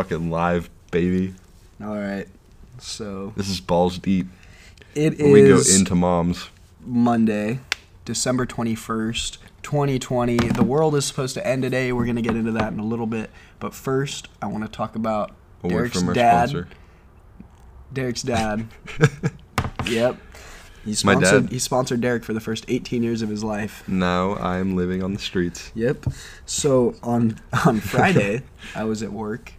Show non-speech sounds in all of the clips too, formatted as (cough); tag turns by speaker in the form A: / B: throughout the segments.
A: Fucking live, baby.
B: All right. So
A: This is balls deep.
B: it is
A: When we go into moms.
B: Monday, December 21st, 2020. The world is supposed to end today. We're going to get into that in a little bit. But first, I want to talk about
A: A word
B: Derek's
A: from our
B: dad.
A: sponsor. (laughs)
B: Derek's dad. yep. He
A: My
B: sponsored,
A: dad.
B: He sponsored Derek for the first 18 years of his life.
A: Now I'm living on the streets.
B: Yep. So on (laughs) on Friday, I was at work,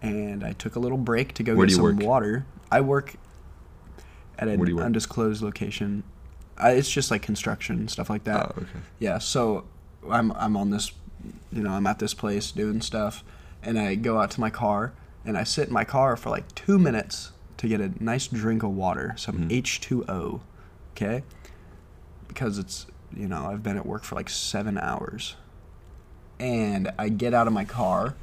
B: and I took a little break to go
A: Where
B: get
A: do you
B: some
A: work?
B: water. I work at
A: Where do you
B: an
A: work?
B: undisclosed location. I, it's just like construction and stuff like that.
A: Oh, okay.
B: Yeah. So I'm I'm on this, you know, I'm at this place doing stuff, and I go out to my car and I sit in my car for like two minutes to get a nice drink of water,
A: Mm-hmm.
B: some H2O, okay? Because it's you know I've been at work for like seven hours and I get out of my car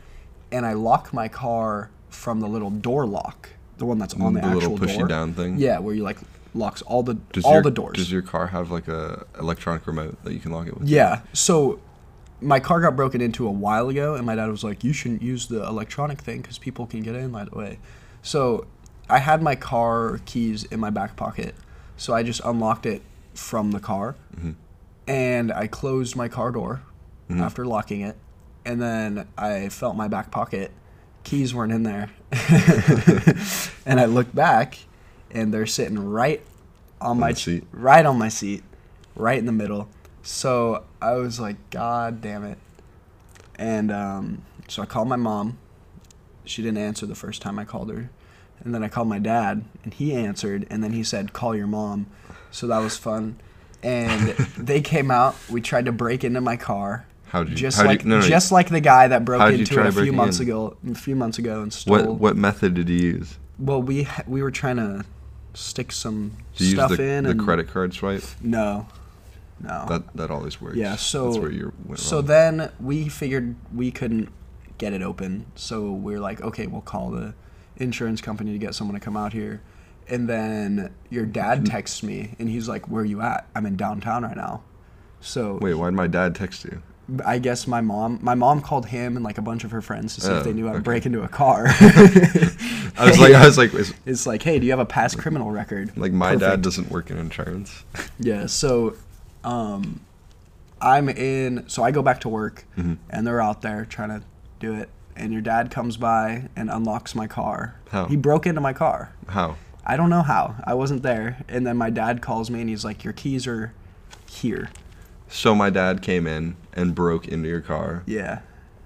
B: and I lock my car from the little door lock, the one that's on the,
A: Mm, The little
B: actual
A: pushy
B: door.
A: down thing?
B: Yeah, where you like locks all the
A: Does
B: all
A: your-
B: the doors.
A: Does your car have like a electronic remote that you can lock it with?
B: yeah. So my car got broken into a while ago and my dad was like, "You shouldn't use the electronic thing cuz people can get in that way." So I had my car keys in my back pocket. So I just unlocked it from the car.
A: Mm-hmm.
B: and I closed my car door after locking it. And then I felt my back pocket. Keys weren't in there. (laughs) and I looked back and they're sitting right on, my
A: the seat.
B: right on my seat, right in the middle. So I was like, God damn it. And um, so I called my mom. She didn't answer the first time I called her. And then I called my dad, and he answered, and then he said, Call your mom. So that was fun. And
A: (laughs)
B: they came out. We tried to break into my car.
A: How'd you-
B: Just
A: Mm. how'd you-
B: like
A: no, no,
B: just like the guy that broke
A: how'd you
B: into
A: try
B: it a
A: to break
B: few months
A: in?
B: ago, a few months ago, and stole.
A: What what method did you use?
B: Well, we ha- we were trying to stick some
A: Did you
B: stuff
A: use the,
B: in
A: the
B: and
A: credit card swipe?
B: No, no.
A: That that always works.
B: Yeah, so
A: that's where you went
B: so
A: wrong.
B: then we figured we couldn't get it open, so we are like, okay, we'll call the insurance company to get someone to come out here. And then your dad
A: Mm.
B: texts me, and he's like, "Where you at? I'm in downtown right now." So
A: Wait, why'd my dad text you?
B: I guess my mom, my mom called him and like a bunch of her friends to see
A: Oh,
B: if they knew how to
A: okay.
B: break into a car.
A: (laughs) I
B: (laughs)
A: was like I was like is,
B: it's like, hey, do you have a past criminal record?
A: like my dad
B: Perfect.
A: doesn't work in insurance.
B: Yeah, so um I'm in so I go back to work
A: Mm-hmm.
B: and they're out there trying to do it and your dad comes by and unlocks my car.
A: How?
B: He broke into my car.
A: How?
B: I don't know how. I wasn't there and then my dad calls me and he's like your keys are here.
A: So my dad came in and broke into your car
B: Yeah.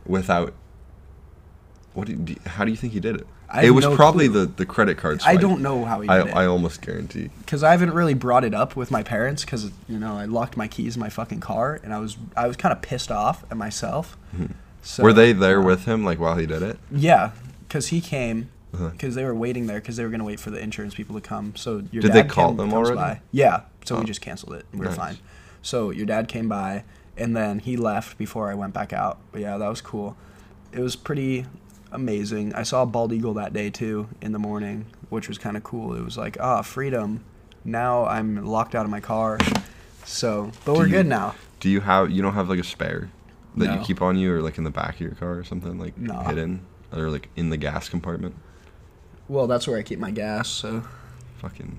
A: without. What? Do you, do you- how do you think he did it?
B: I
A: it
B: have
A: was
B: no
A: probably the the credit card.
B: I
A: swipe.
B: don't know how he
A: I
B: did
A: I
B: it
A: almost guarantee.
B: cuz I haven't really brought it up with my parents cuz you know, I locked my keys in my fucking car and I was I was kind of pissed off at myself. So
A: Mm-hmm.
B: uh,
A: Were they there with him like while he did it?
B: Yeah, because he came
A: Uh-huh.
B: because they were waiting there because they were gonna wait for the insurance people to come. So your
A: Did
B: dad
A: they call
B: came-
A: them
B: comes
A: already?
B: By. Yeah, so
A: Oh.
B: we just canceled it. and We were
A: Nice.
B: fine. So your dad came by and then he left before I went back out. But yeah, that was cool. It was pretty amazing. I saw a bald eagle that day too in the morning, which was kind of cool. It was like ah freedom. Now I'm locked out of my car. So, but
A: Do
B: we're
A: you-
B: good now.
A: Do you have you don't have like a spare that you
B: No.
A: keep on you or like in the back of your car or something like
B: No.
A: hidden or like in the gas compartment?
B: Well, that's where I keep my gas. So (laughs)
A: Fucking.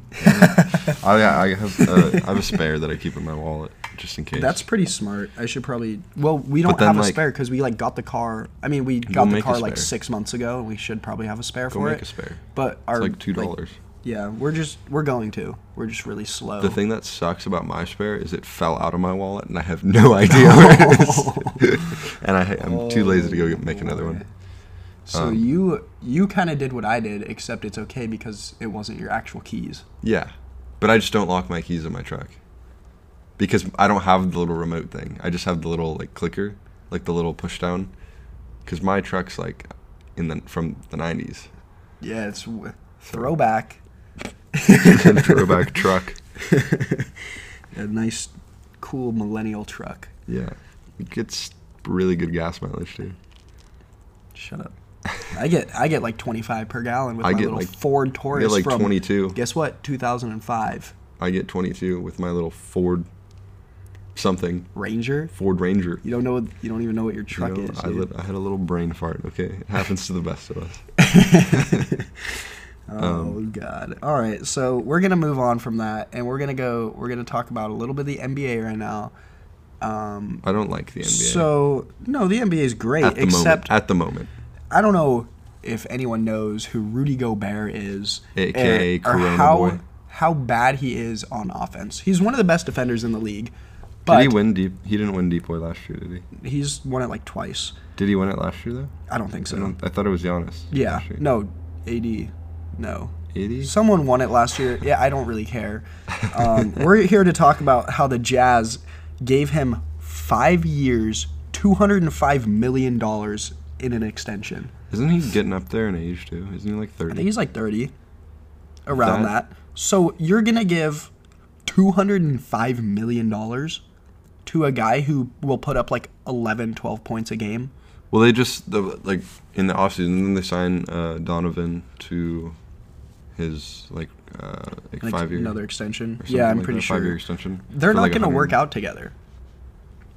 A: I I have uh, I have a spare that I keep in my wallet just in case.
B: That's pretty smart. I should probably. Well, we don't
A: then,
B: have a
A: like-
B: spare because we like got the car. I mean, we
A: Go
B: got the
A: make a
B: car like
A: spare.
B: six months ago, and we should probably have a spare
A: go
B: for
A: make
B: it.
A: a spare.
B: But our
A: It's like two dollars.
B: yeah, we're just we're going to. We're just really slow.
A: The thing that sucks about my spare is it fell out of my wallet and I have no idea where it is. and I, I'm too lazy to go get, make another one.
B: Oh,
A: Um,
B: So you you kind of did what I did, except it's okay because it wasn't your actual keys.
A: Yeah. But I just don't lock my keys in my truck because I don't have the little remote thing. I just have the little like clicker, like the little push down. Because my truck's like in the from the (laughs) 90s.
B: Yeah, it's w- throwback.
A: Throwback truck.
B: A nice, cool millennial truck.
A: Yeah. It gets really good gas mileage too.
B: Shut up. I get I get like twenty five per gallon with
A: I
B: my
A: get,
B: little
A: like-
B: Ford
A: I
B: Taurus
A: get like
B: from
A: 22.
B: guess what two thousand and five
A: I get 22 with my little Ford something,
B: Ranger.
A: Ford Ranger.
B: You don't know. You don't even know what your
A: You
B: truck
A: know,
B: is.
A: I, lit,
B: dude.
A: I had a little brain fart. Okay, it happens to the best of us. um,
B: oh God! All right, so we're gonna move on from that, and we're gonna go. We're gonna talk about a little bit of the NBA right now. Um,
A: I don't like the NBA.
B: so no, the NBA is great,
A: at the
B: except
A: moment, at the moment,
B: I don't know if anyone knows who Rudy Gobert is,
A: AKA
B: or, or
A: Corona
B: how
A: Boy.
B: how bad he is on offense. He's one of the best defenders in the league,
A: did
B: but
A: he win deep? He didn't win deep boy last year, did he?
B: he's won it like twice.
A: Did he win it last year though?
B: I don't think so.
A: I don't. I thought it was Giannis.
B: yeah, no, AD, no.
A: eighty.
B: Someone won it last year. Yeah, I don't really care.
A: (laughs)
B: Um, we're here to talk about how the Jazz gave him five years, two hundred and five million dollars in an extension.
A: Isn't he getting up there in age too? Isn't he like
B: I think
A: thirty?
B: he's like 30 around
A: That-
B: that. So you're going to give 205 million dollars to a guy who will put up like 11 12 points a game.
A: Well, they just the like in the offseason, then they sign uh, Donovan to his like uh, like
B: Like
A: five year
B: another extension.
A: or
B: Yeah,
A: something
B: I'm
A: like
B: pretty
A: that, Five year
B: sure.
A: extension.
B: They're
A: for,
B: not
A: like,
B: going to
A: 100
B: work out together.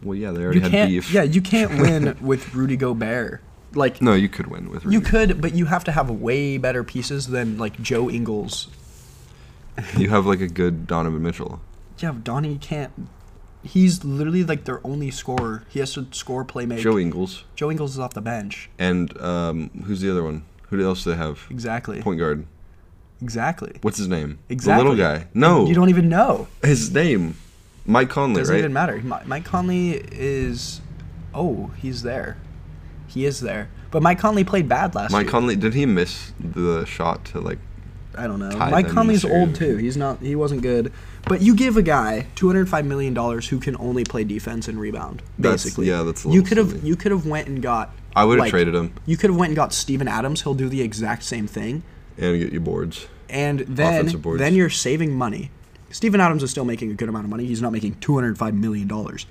A: Well, yeah, they already
B: You
A: had
B: can't
A: beef.
B: Yeah,
A: (laughs)
B: you can't win with Rudy Gobert. Like
A: No, you could win with. Rudy.
B: you could, but you have to have way better pieces than like Joe Ingles.
A: You have like a good Donovan Mitchell.
B: Yeah, Donnie can't He's literally like their only scorer. He has to score playmaker.
A: Joe Ingles
B: Joe Ingles is off the bench.
A: and um, who's the other one? Who else do they have?
B: Exactly.
A: Point guard.
B: Exactly.
A: What's his name?
B: Exactly.
A: The little guy. No,
B: You don't even know.
A: his name. Mike Conley,
B: Doesn't
A: right?
B: even matter. Mi- Mike Conley is. Oh, he's there. He is there. But Mike Conley played bad last
A: Mike
B: year.
A: Conley. Did he miss the shot to like?
B: I don't know.
A: tied
B: Mike
A: them
B: Conley's
A: this year.
B: old too. He's not. He wasn't good. But you give a guy two hundred five million dollars who can only play defense and rebound.
A: That's-
B: Basically,
A: yeah, that's a
B: you
A: little
B: could have.
A: silly.
B: You could have went and got.
A: I would have traded him
B: You could have went and got Steven Adams. He'll do the exact same thing.
A: and get you boards.
B: and then
A: Offensive boards.
B: then you're saving money. Steven Adams is still making a good amount of money. He's not making two hundred five million dollars.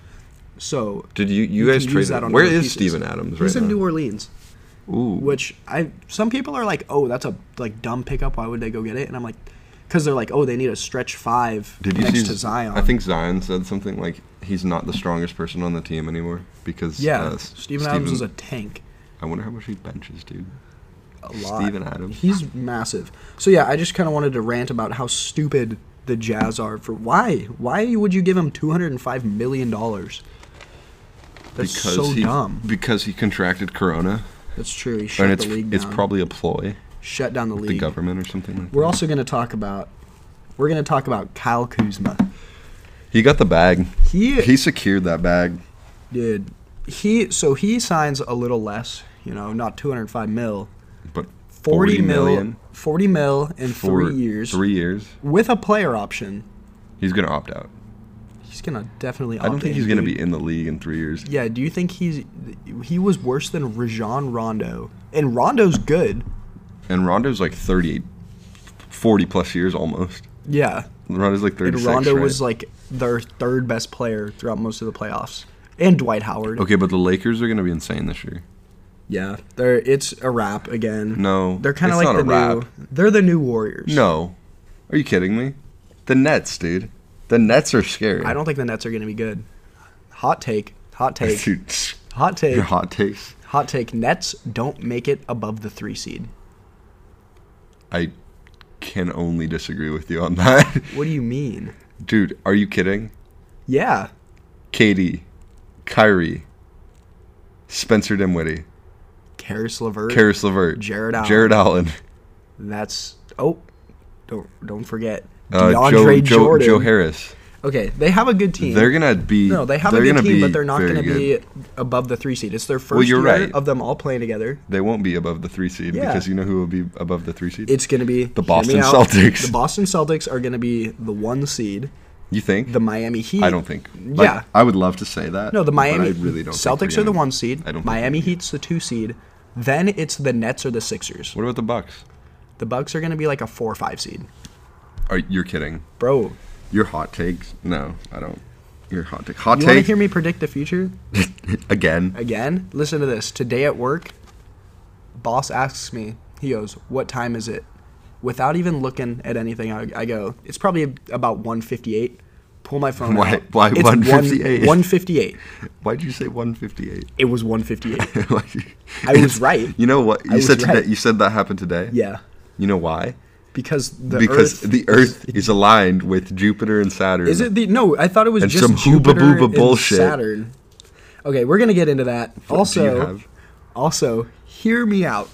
B: So
A: Did you? You,
B: you
A: guys
B: can
A: traded.
B: use that on
A: Where
B: other
A: is
B: pieces.
A: Steven Adams right
B: He's in
A: now?
B: New Orleans,
A: Ooh,
B: which I some people are like, oh, that's a like dumb pickup. Why would they go get it? And I'm like, because they're like, oh, they need a stretch five
A: did you
B: next
A: see?
B: to Zion.
A: I think Zion said something like he's not the strongest person on the team anymore because
B: yeah,
A: uh, S-
B: Steven Adams is a
A: Steven-
B: tank.
A: I wonder how much he benches, dude.
B: A lot.
A: Steven Adams.
B: He's massive. So yeah, I just kind of wanted to rant about how stupid the Jazz are for why why would you give him two hundred and five million dollars? That's so
A: he,
B: dumb.
A: Because he contracted Corona,
B: That's true. He
A: and
B: shut
A: it's
B: the league
A: it's
B: down.
A: probably a ploy,
B: shut down the
A: the
B: league.
A: government or something. Like
B: We're
A: that.
B: also going to talk about we're going to talk about Kyle Kuzma.
A: He got the bag.
B: He,
A: He secured that bag.
B: did he so he signs a little less, you know, not 205 mil,
A: But
B: 40, mil,
A: million
B: 40 mil in
A: for
B: 3 years
A: Three years.
B: with a player option.
A: He's gonna opt out.
B: He's going to definitely
A: I don't
B: opt
A: think
B: in,
A: he's gonna
B: dude.
A: be in the league in three years.
B: Yeah, do you think he's he was worse than Rajon Rondo? And Rondo's good.
A: And Rondo's like 38, 40 plus years almost.
B: Yeah.
A: Rondo's like
B: And
A: 36.
B: Rondo
A: right?
B: was like their third best player throughout most of the playoffs. And Dwight Howard.
A: Okay, but the Lakers are gonna be insane this year.
B: Yeah, they're it's a wrap again.
A: No,
B: they're kind of
A: it's
B: like
A: not
B: the
A: a wrap.
B: new. They're the new Warriors.
A: No, are you kidding me? The Nets, dude. The Nets are scary.
B: I don't think the Nets are going to be good. Hot take,
A: (laughs)
B: hot take,
A: Dude,
B: hot take,
A: your hot takes.
B: hot take. Nets don't make it above the three seed.
A: I can only disagree with you on that, (laughs)
B: What do you mean?
A: dude. Are you kidding?
B: Yeah,
A: KD, Kyrie, Spencer Dinwiddie,
B: Karis LeVert.
A: Karis LeVert,
B: Jared Allen.
A: Jared Allen,
B: That's oh, don't don't forget
A: uh,
B: DeAndre
A: Joe, Joe,
B: Jordan.
A: Joe Harris.
B: okay, they have a good team.
A: They're gonna be.
B: no, they have a
A: they're
B: good
A: gonna
B: team,
A: be
B: but they're not
A: very
B: going to
A: good.
B: be above the three seed. It's their first
A: you're
B: year
A: right.
B: of them all playing together.
A: They won't be above the three seed
B: Yeah.
A: because you know who will be above the three seed.
B: It's going to be the
A: Boston Celtics.
B: The Boston Celtics are going to be the one seed.
A: you think?
B: The Miami Heat.
A: I don't think. Like,
B: Yeah.
A: I would love to say that.
B: No, the
A: but
B: Miami
A: I really don't. think
B: Celtics
A: we're
B: are the
A: gonna-
B: one seed.
A: I don't think
B: Miami
A: we're gonna-
B: Heat's the two seed. Then it's the Nets or the Sixers.
A: What about the Bucks?
B: The Bucks are going to be like a four or five seed,
A: Are you're kidding?
B: bro.
A: Your hot takes? No, I don't. Your hot take. Hot
B: You want to
A: take
B: hear me predict the future
A: (laughs) again.
B: again? Listen to this. Today at work, boss asks me. He goes, "What time is it?" Without even looking at anything, I, I go, "It's probably about 1:58." Pull my phone
A: Why-
B: out.
A: why
B: It's
A: 158?
B: One fifty-eight.
A: Why'd you say 158?
B: It was one fifty-eight.
A: (laughs) Like,
B: I was
A: it's-
B: right.
A: You know what? You
B: I was
A: said today.
B: right.
A: You said that happened today.
B: Yeah,
A: You know why?
B: because the
A: because
B: Earth,
A: the Earth is aligned with Jupiter and Saturn.
B: is it the no? I thought it was
A: And
B: just
A: some
B: Jupiter
A: hooba-booba
B: and
A: bullshit.
B: Saturn. Okay, we're gonna get into that.
A: Do you
B: also,
A: have-
B: Also, hear me out.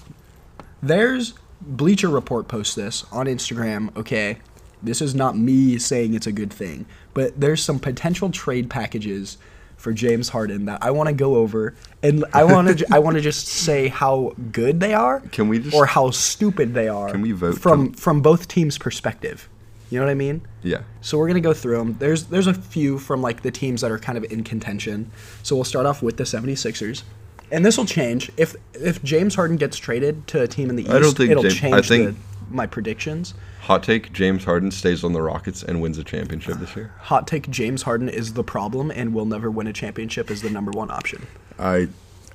B: There's Bleacher Report posts this on Instagram, okay? This is not me saying it's a good thing, but there's some potential trade packages for James Harden that I want to go over and I want to I want to just say how good they are
A: (laughs) Can we just-
B: or how stupid they are
A: Can we vote
B: from from both teams' perspective. You know what I mean?
A: yeah.
B: So we're gonna go through them. There's there's a few from like the teams that are kind of in contention. So we'll start off with the 76ers. And this will change if if James Harden gets traded to a team in the East.
A: I don't think
B: it'll
A: James-
B: change
A: I think-
B: the, my predictions.
A: Hot take: James Harden stays on the Rockets and wins a championship this year.
B: Hot take: James Harden is the problem and will never win a championship is the number one option.
A: I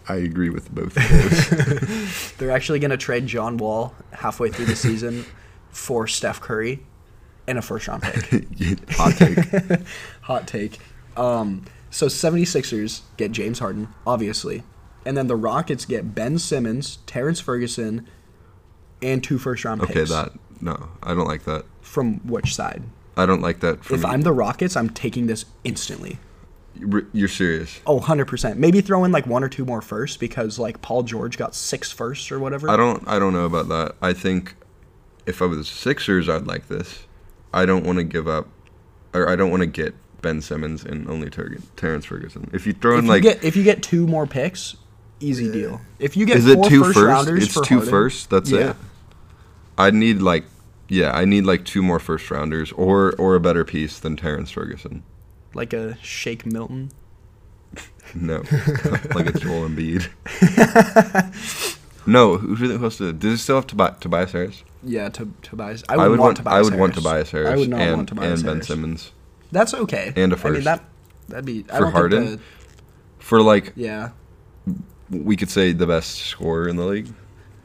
A: I agree with (laughs) both of those.
B: They're actually gonna trade John Wall halfway through
A: (laughs)
B: the season for Steph Curry and a first round pick.
A: Hot
B: (laughs)
A: take.
B: Hot take. Um, so 76ers get James Harden, obviously. And then the Rockets get Ben Simmons, Terrence Ferguson, and two first round
A: Okay,
B: picks.
A: that no, I don't like that.
B: From which side?
A: I don't like that. From
B: If I'm the Rockets, I'm taking this instantly.
A: Re- you're serious.
B: Oh, 100%. Maybe throw in like one or two more first because like Paul George got six firsts or whatever.
A: I don't. I don't know about that. I think if I was the Sixers, I'd like this. I don't want to give up, or I don't want to get Ben Simmons and only Ter- Terrence Ferguson. If you throw
B: if
A: in
B: you
A: like,
B: get if you get two more picks, easy deal. If you get
A: is it
B: four
A: two
B: first
A: first?
B: rounders
A: It's
B: for
A: two
B: Harden-
A: first. That's
B: Yeah.
A: it. I need like, yeah, I need like two more first rounders or or a better piece than Terrence Ferguson.
B: like a Shake Milton.
A: No, (laughs) like a Joel Embiid. no, who, who else? Did, did they still have Tobi- Tobias Harris?
B: Yeah, to, Tobias. I would, want, Tobias.
A: I would want
B: Harris.
A: Tobias Harris.
B: I would not
A: and,
B: want Tobias
A: and Ben
B: Harris.
A: Simmons
B: That's okay.
A: And a
B: I mean
A: first.
B: that that'd be I
A: For
B: don't
A: Harden?
B: Think
A: for like
B: the, yeah,
A: we could say the best scorer in the league. Do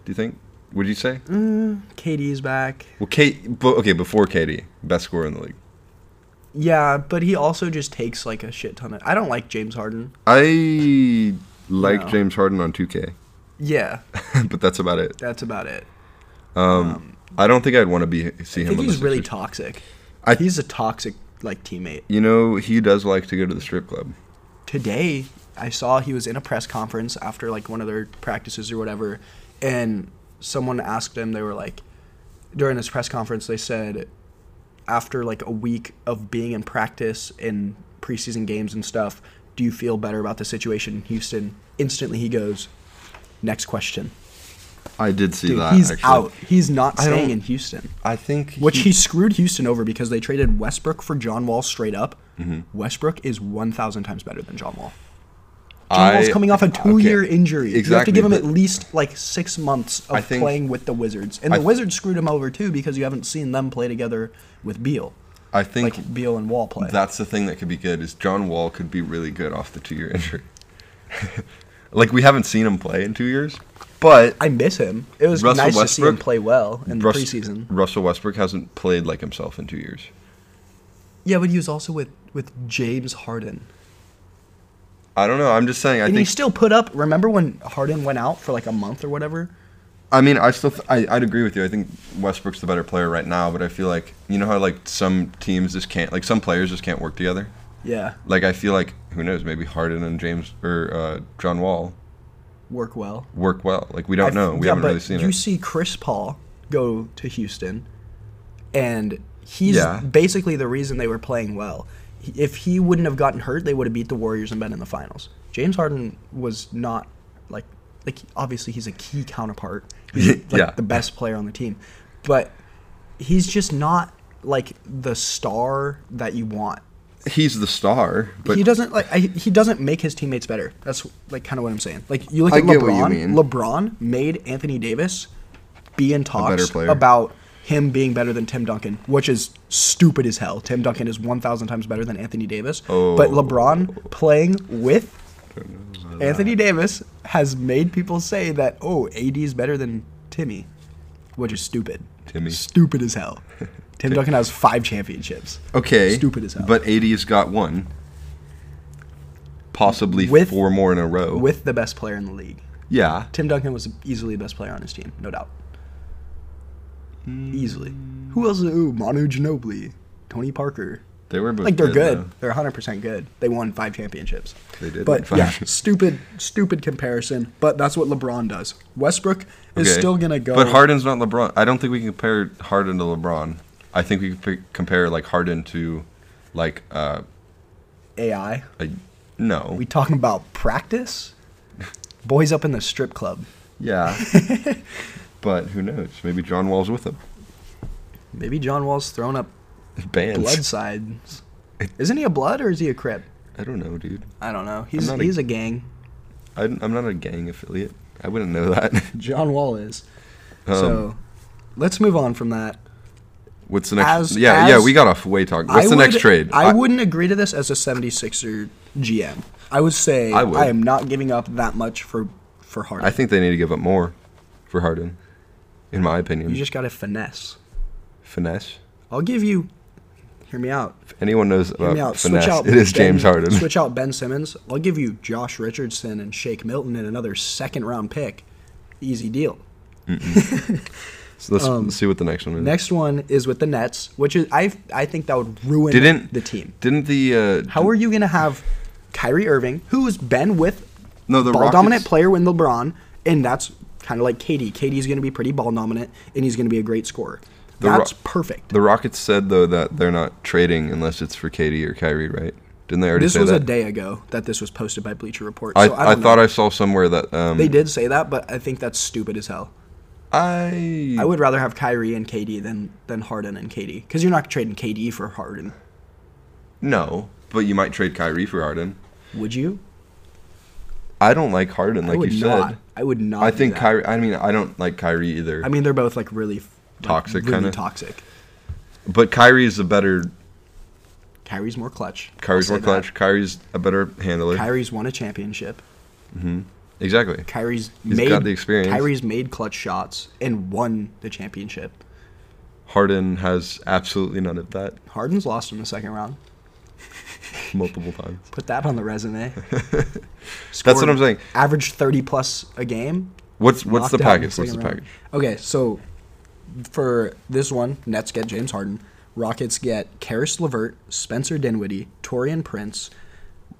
A: you think? Would you say?
B: Mm. KD's back.
A: Well, Kate. But, okay, before Katie, best scorer in the league.
B: Yeah, but he also just takes like a shit ton of. I don't like James Harden.
A: I like
B: No.
A: James Harden on 2K,
B: Yeah,
A: (laughs) but that's about it.
B: that's about
A: (laughs)
B: it.
A: I don't think I'd want to be see
B: I
A: him.
B: think
A: on
B: he's
A: the
B: really
A: Sixers.
B: toxic.
A: I-
B: he's a toxic like teammate.
A: you know, he does like to go to the strip club.
B: Today, I saw he was in a press conference after like one of their practices or whatever, and someone asked him. They were like, during his press conference, they said, after like a week of being in practice and preseason games and stuff, do you feel better about the situation in Houston? Instantly he goes, next question.
A: I did see
B: Dude,
A: that.
B: he's
A: actually.
B: out. He's not
A: I
B: staying
A: don't-
B: in Houston.
A: I think
B: Which he screwed Houston over because they traded Westbrook for John Wall straight up.
A: Mm-hmm.
B: Westbrook is 1,000 times better than John Wall. John Wall's
A: I-
B: coming off a
A: okay,
B: two-year injury. you have to
A: exactly,
B: give him
A: but-
B: at least like six months
A: I
B: of
A: think-
B: playing with the Wizards, and
A: I
B: the
A: th-
B: Wizards screwed him over too because you haven't seen them play together with Beal,
A: I think
B: like Beal and Wall play.
A: That's the thing that could be good is John Wall could be really good off the two year injury. (laughs) like we haven't seen him play in two years, but
B: I miss him. It was
A: Russell
B: nice to see him
A: Westbrook-
B: play well in the
A: Rus-
B: preseason.
A: Russell Westbrook hasn't played like himself in two years.
B: Yeah, but he was also with with James Harden,
A: I don't know. I'm just saying. I
B: and he
A: think.
B: still put up. Remember when Harden went out for like a month or whatever?
A: I mean, I still. Th- I, I'd agree with you. I think Westbrook's the better player right now, but I feel like you know how like some teams just can't like some players just can't work together.
B: Yeah,
A: Like I feel like who knows maybe Harden and James or uh, John Wall
B: work well.
A: work well. Like we don't
B: I f-
A: know. We
B: yeah,
A: haven't
B: but
A: really seen
B: You
A: it.
B: see Chris Paul go to Houston, and he's
A: Yeah.
B: basically the reason they were playing well. He- If he wouldn't have gotten hurt, they would have beat the Warriors and been in the finals. James Harden was not like like obviously he's a key counterpart. He's like
A: Yeah.
B: the best player on the team, but he's just not like the star that you want.
A: He's the star, but
B: he doesn't like I, he doesn't make his teammates better. That's like kind of what I'm saying. Like you look
A: I
B: at
A: get what you
B: LeBron.
A: mean.
B: LeBron made Anthony Davis be in
A: better
B: talks
A: player.
B: about him being better than Tim Duncan, which is stupid as hell. Tim Duncan is 1,000 times better than Anthony Davis. But
A: Oh.
B: LeBron playing with Anthony Davis has made people say that oh AD is better than Timmy, which is stupid.
A: Timmy.
B: Stupid
A: (laughs)
B: as hell. Tim Duncan has five championships.
A: Okay.
B: Stupid as hell.
A: But AD's got one. Possibly
B: With-
A: four more in a row.
B: with the best player in the league.
A: yeah.
B: Tim Duncan was easily the best player on his team, no doubt.
A: Hmm.
B: Easily. Who else? Ooh, Manu Ginobili, Tony Parker.
A: They were both
B: Like they're good.
A: though.
B: They're 100 percent good. They won five championships.
A: uh, They did win
B: But
A: five.
B: yeah, stupid, stupid comparison. But that's what LeBron does. Westbrook is
A: Okay.
B: still gonna go.
A: But Harden's not LeBron. I don't think we can compare Harden to LeBron. I think we can p- compare like Harden to like uh
B: AI.
A: a, no.
B: We talking about practice? Boys up in the strip club. (laughs)
A: yeah. but who knows? Maybe John Wall's with him. (laughs)
B: Maybe John Wall's thrown up
A: Bands.
B: blood sides. Isn't he a blood or is he a crip?
A: I don't know, dude.
B: I don't know. He's
A: not a-
B: he's a gang.
A: I, I'm not a gang affiliate. I wouldn't know that. (laughs)
B: John Wall is.
A: Um,
B: so let's move on from that.
A: What's the next?
B: As-
A: yeah, yeah,
B: as-
A: we got off way talk. What's
B: I
A: the next
B: would-
A: trade?
B: I, wouldn't agree to this as a 76er GM. I would say
A: I
B: I,
A: would.
B: am not giving up that much for for Harden.
A: I think they need to give up more for Harden, in my opinion.
B: you just got to finesse.
A: finesse.
B: I'll give you. Hear me out.
A: If anyone knows
B: Hear
A: about
B: me out.
A: finesse,
B: Switch out.
A: it is
B: Ben-
A: James Harden.
B: Switch out Ben Simmons. I'll give you Josh Richardson and Shake Milton and another second round pick. Easy deal.
A: So (laughs) let's, let's see what the next one is.
B: um, Next one is with the Nets, which is I I think that would ruin
A: didn't
B: the team.
A: Didn't the uh,
B: How are you going to have Kyrie Irving, who's been with
A: no the
B: ball
A: Rockets,
B: dominant player with LeBron, and that's kind of like Katie. Katie's going to be pretty ball dominant, and he's going to be a great scorer.
A: The Ro-
B: that's perfect.
A: The Rockets said though that they're not trading unless it's for Katie or Kyrie, right? Didn't they already
B: This
A: say
B: was
A: that?
B: a day ago that this was posted by Bleacher Report.
A: I,
B: So I,
A: I,
B: don't
A: thought
B: know.
A: I saw somewhere that um,
B: they did say that, but I think that's stupid as hell.
A: I
B: I would rather have Kyrie and KD than than Harden and KD because you're not trading KD for Harden,
A: no, but you might trade Kyrie for Harden.
B: would you?
A: I don't like Harden, like
B: I would
A: you
B: not.
A: said.
B: I would not.
A: I
B: do
A: think
B: that.
A: Kyrie. I mean, I don't like Kyrie either.
B: I mean, they're both like really f- like,
A: Toxic
B: really
A: kinda.
B: toxic.
A: but Kyrie's a better.
B: Kyrie's more clutch. I'll
A: Kyrie's
B: say
A: more
B: that.
A: clutch. Kyrie's a better handler.
B: Kyrie's won a championship.
A: exactly.
B: Kyrie's
A: He's
B: made
A: got the experience.
B: Kyrie's made clutch shots and won the championship.
A: Harden has absolutely none of that (laughs)
B: Harden's lost in the second round.
A: multiple times.
B: Put that on
A: (laughs)
B: the resume.
A: That's
B: Scored-
A: what I'm saying.
B: Averaged 30 plus a game.
A: What's what's the
B: knocked out in
A: package? What's the
B: second round.
A: package?
B: Okay, so for this one, Nets get James Harden. Rockets get Karis LeVert, Spencer Dinwiddie, Torian Prince,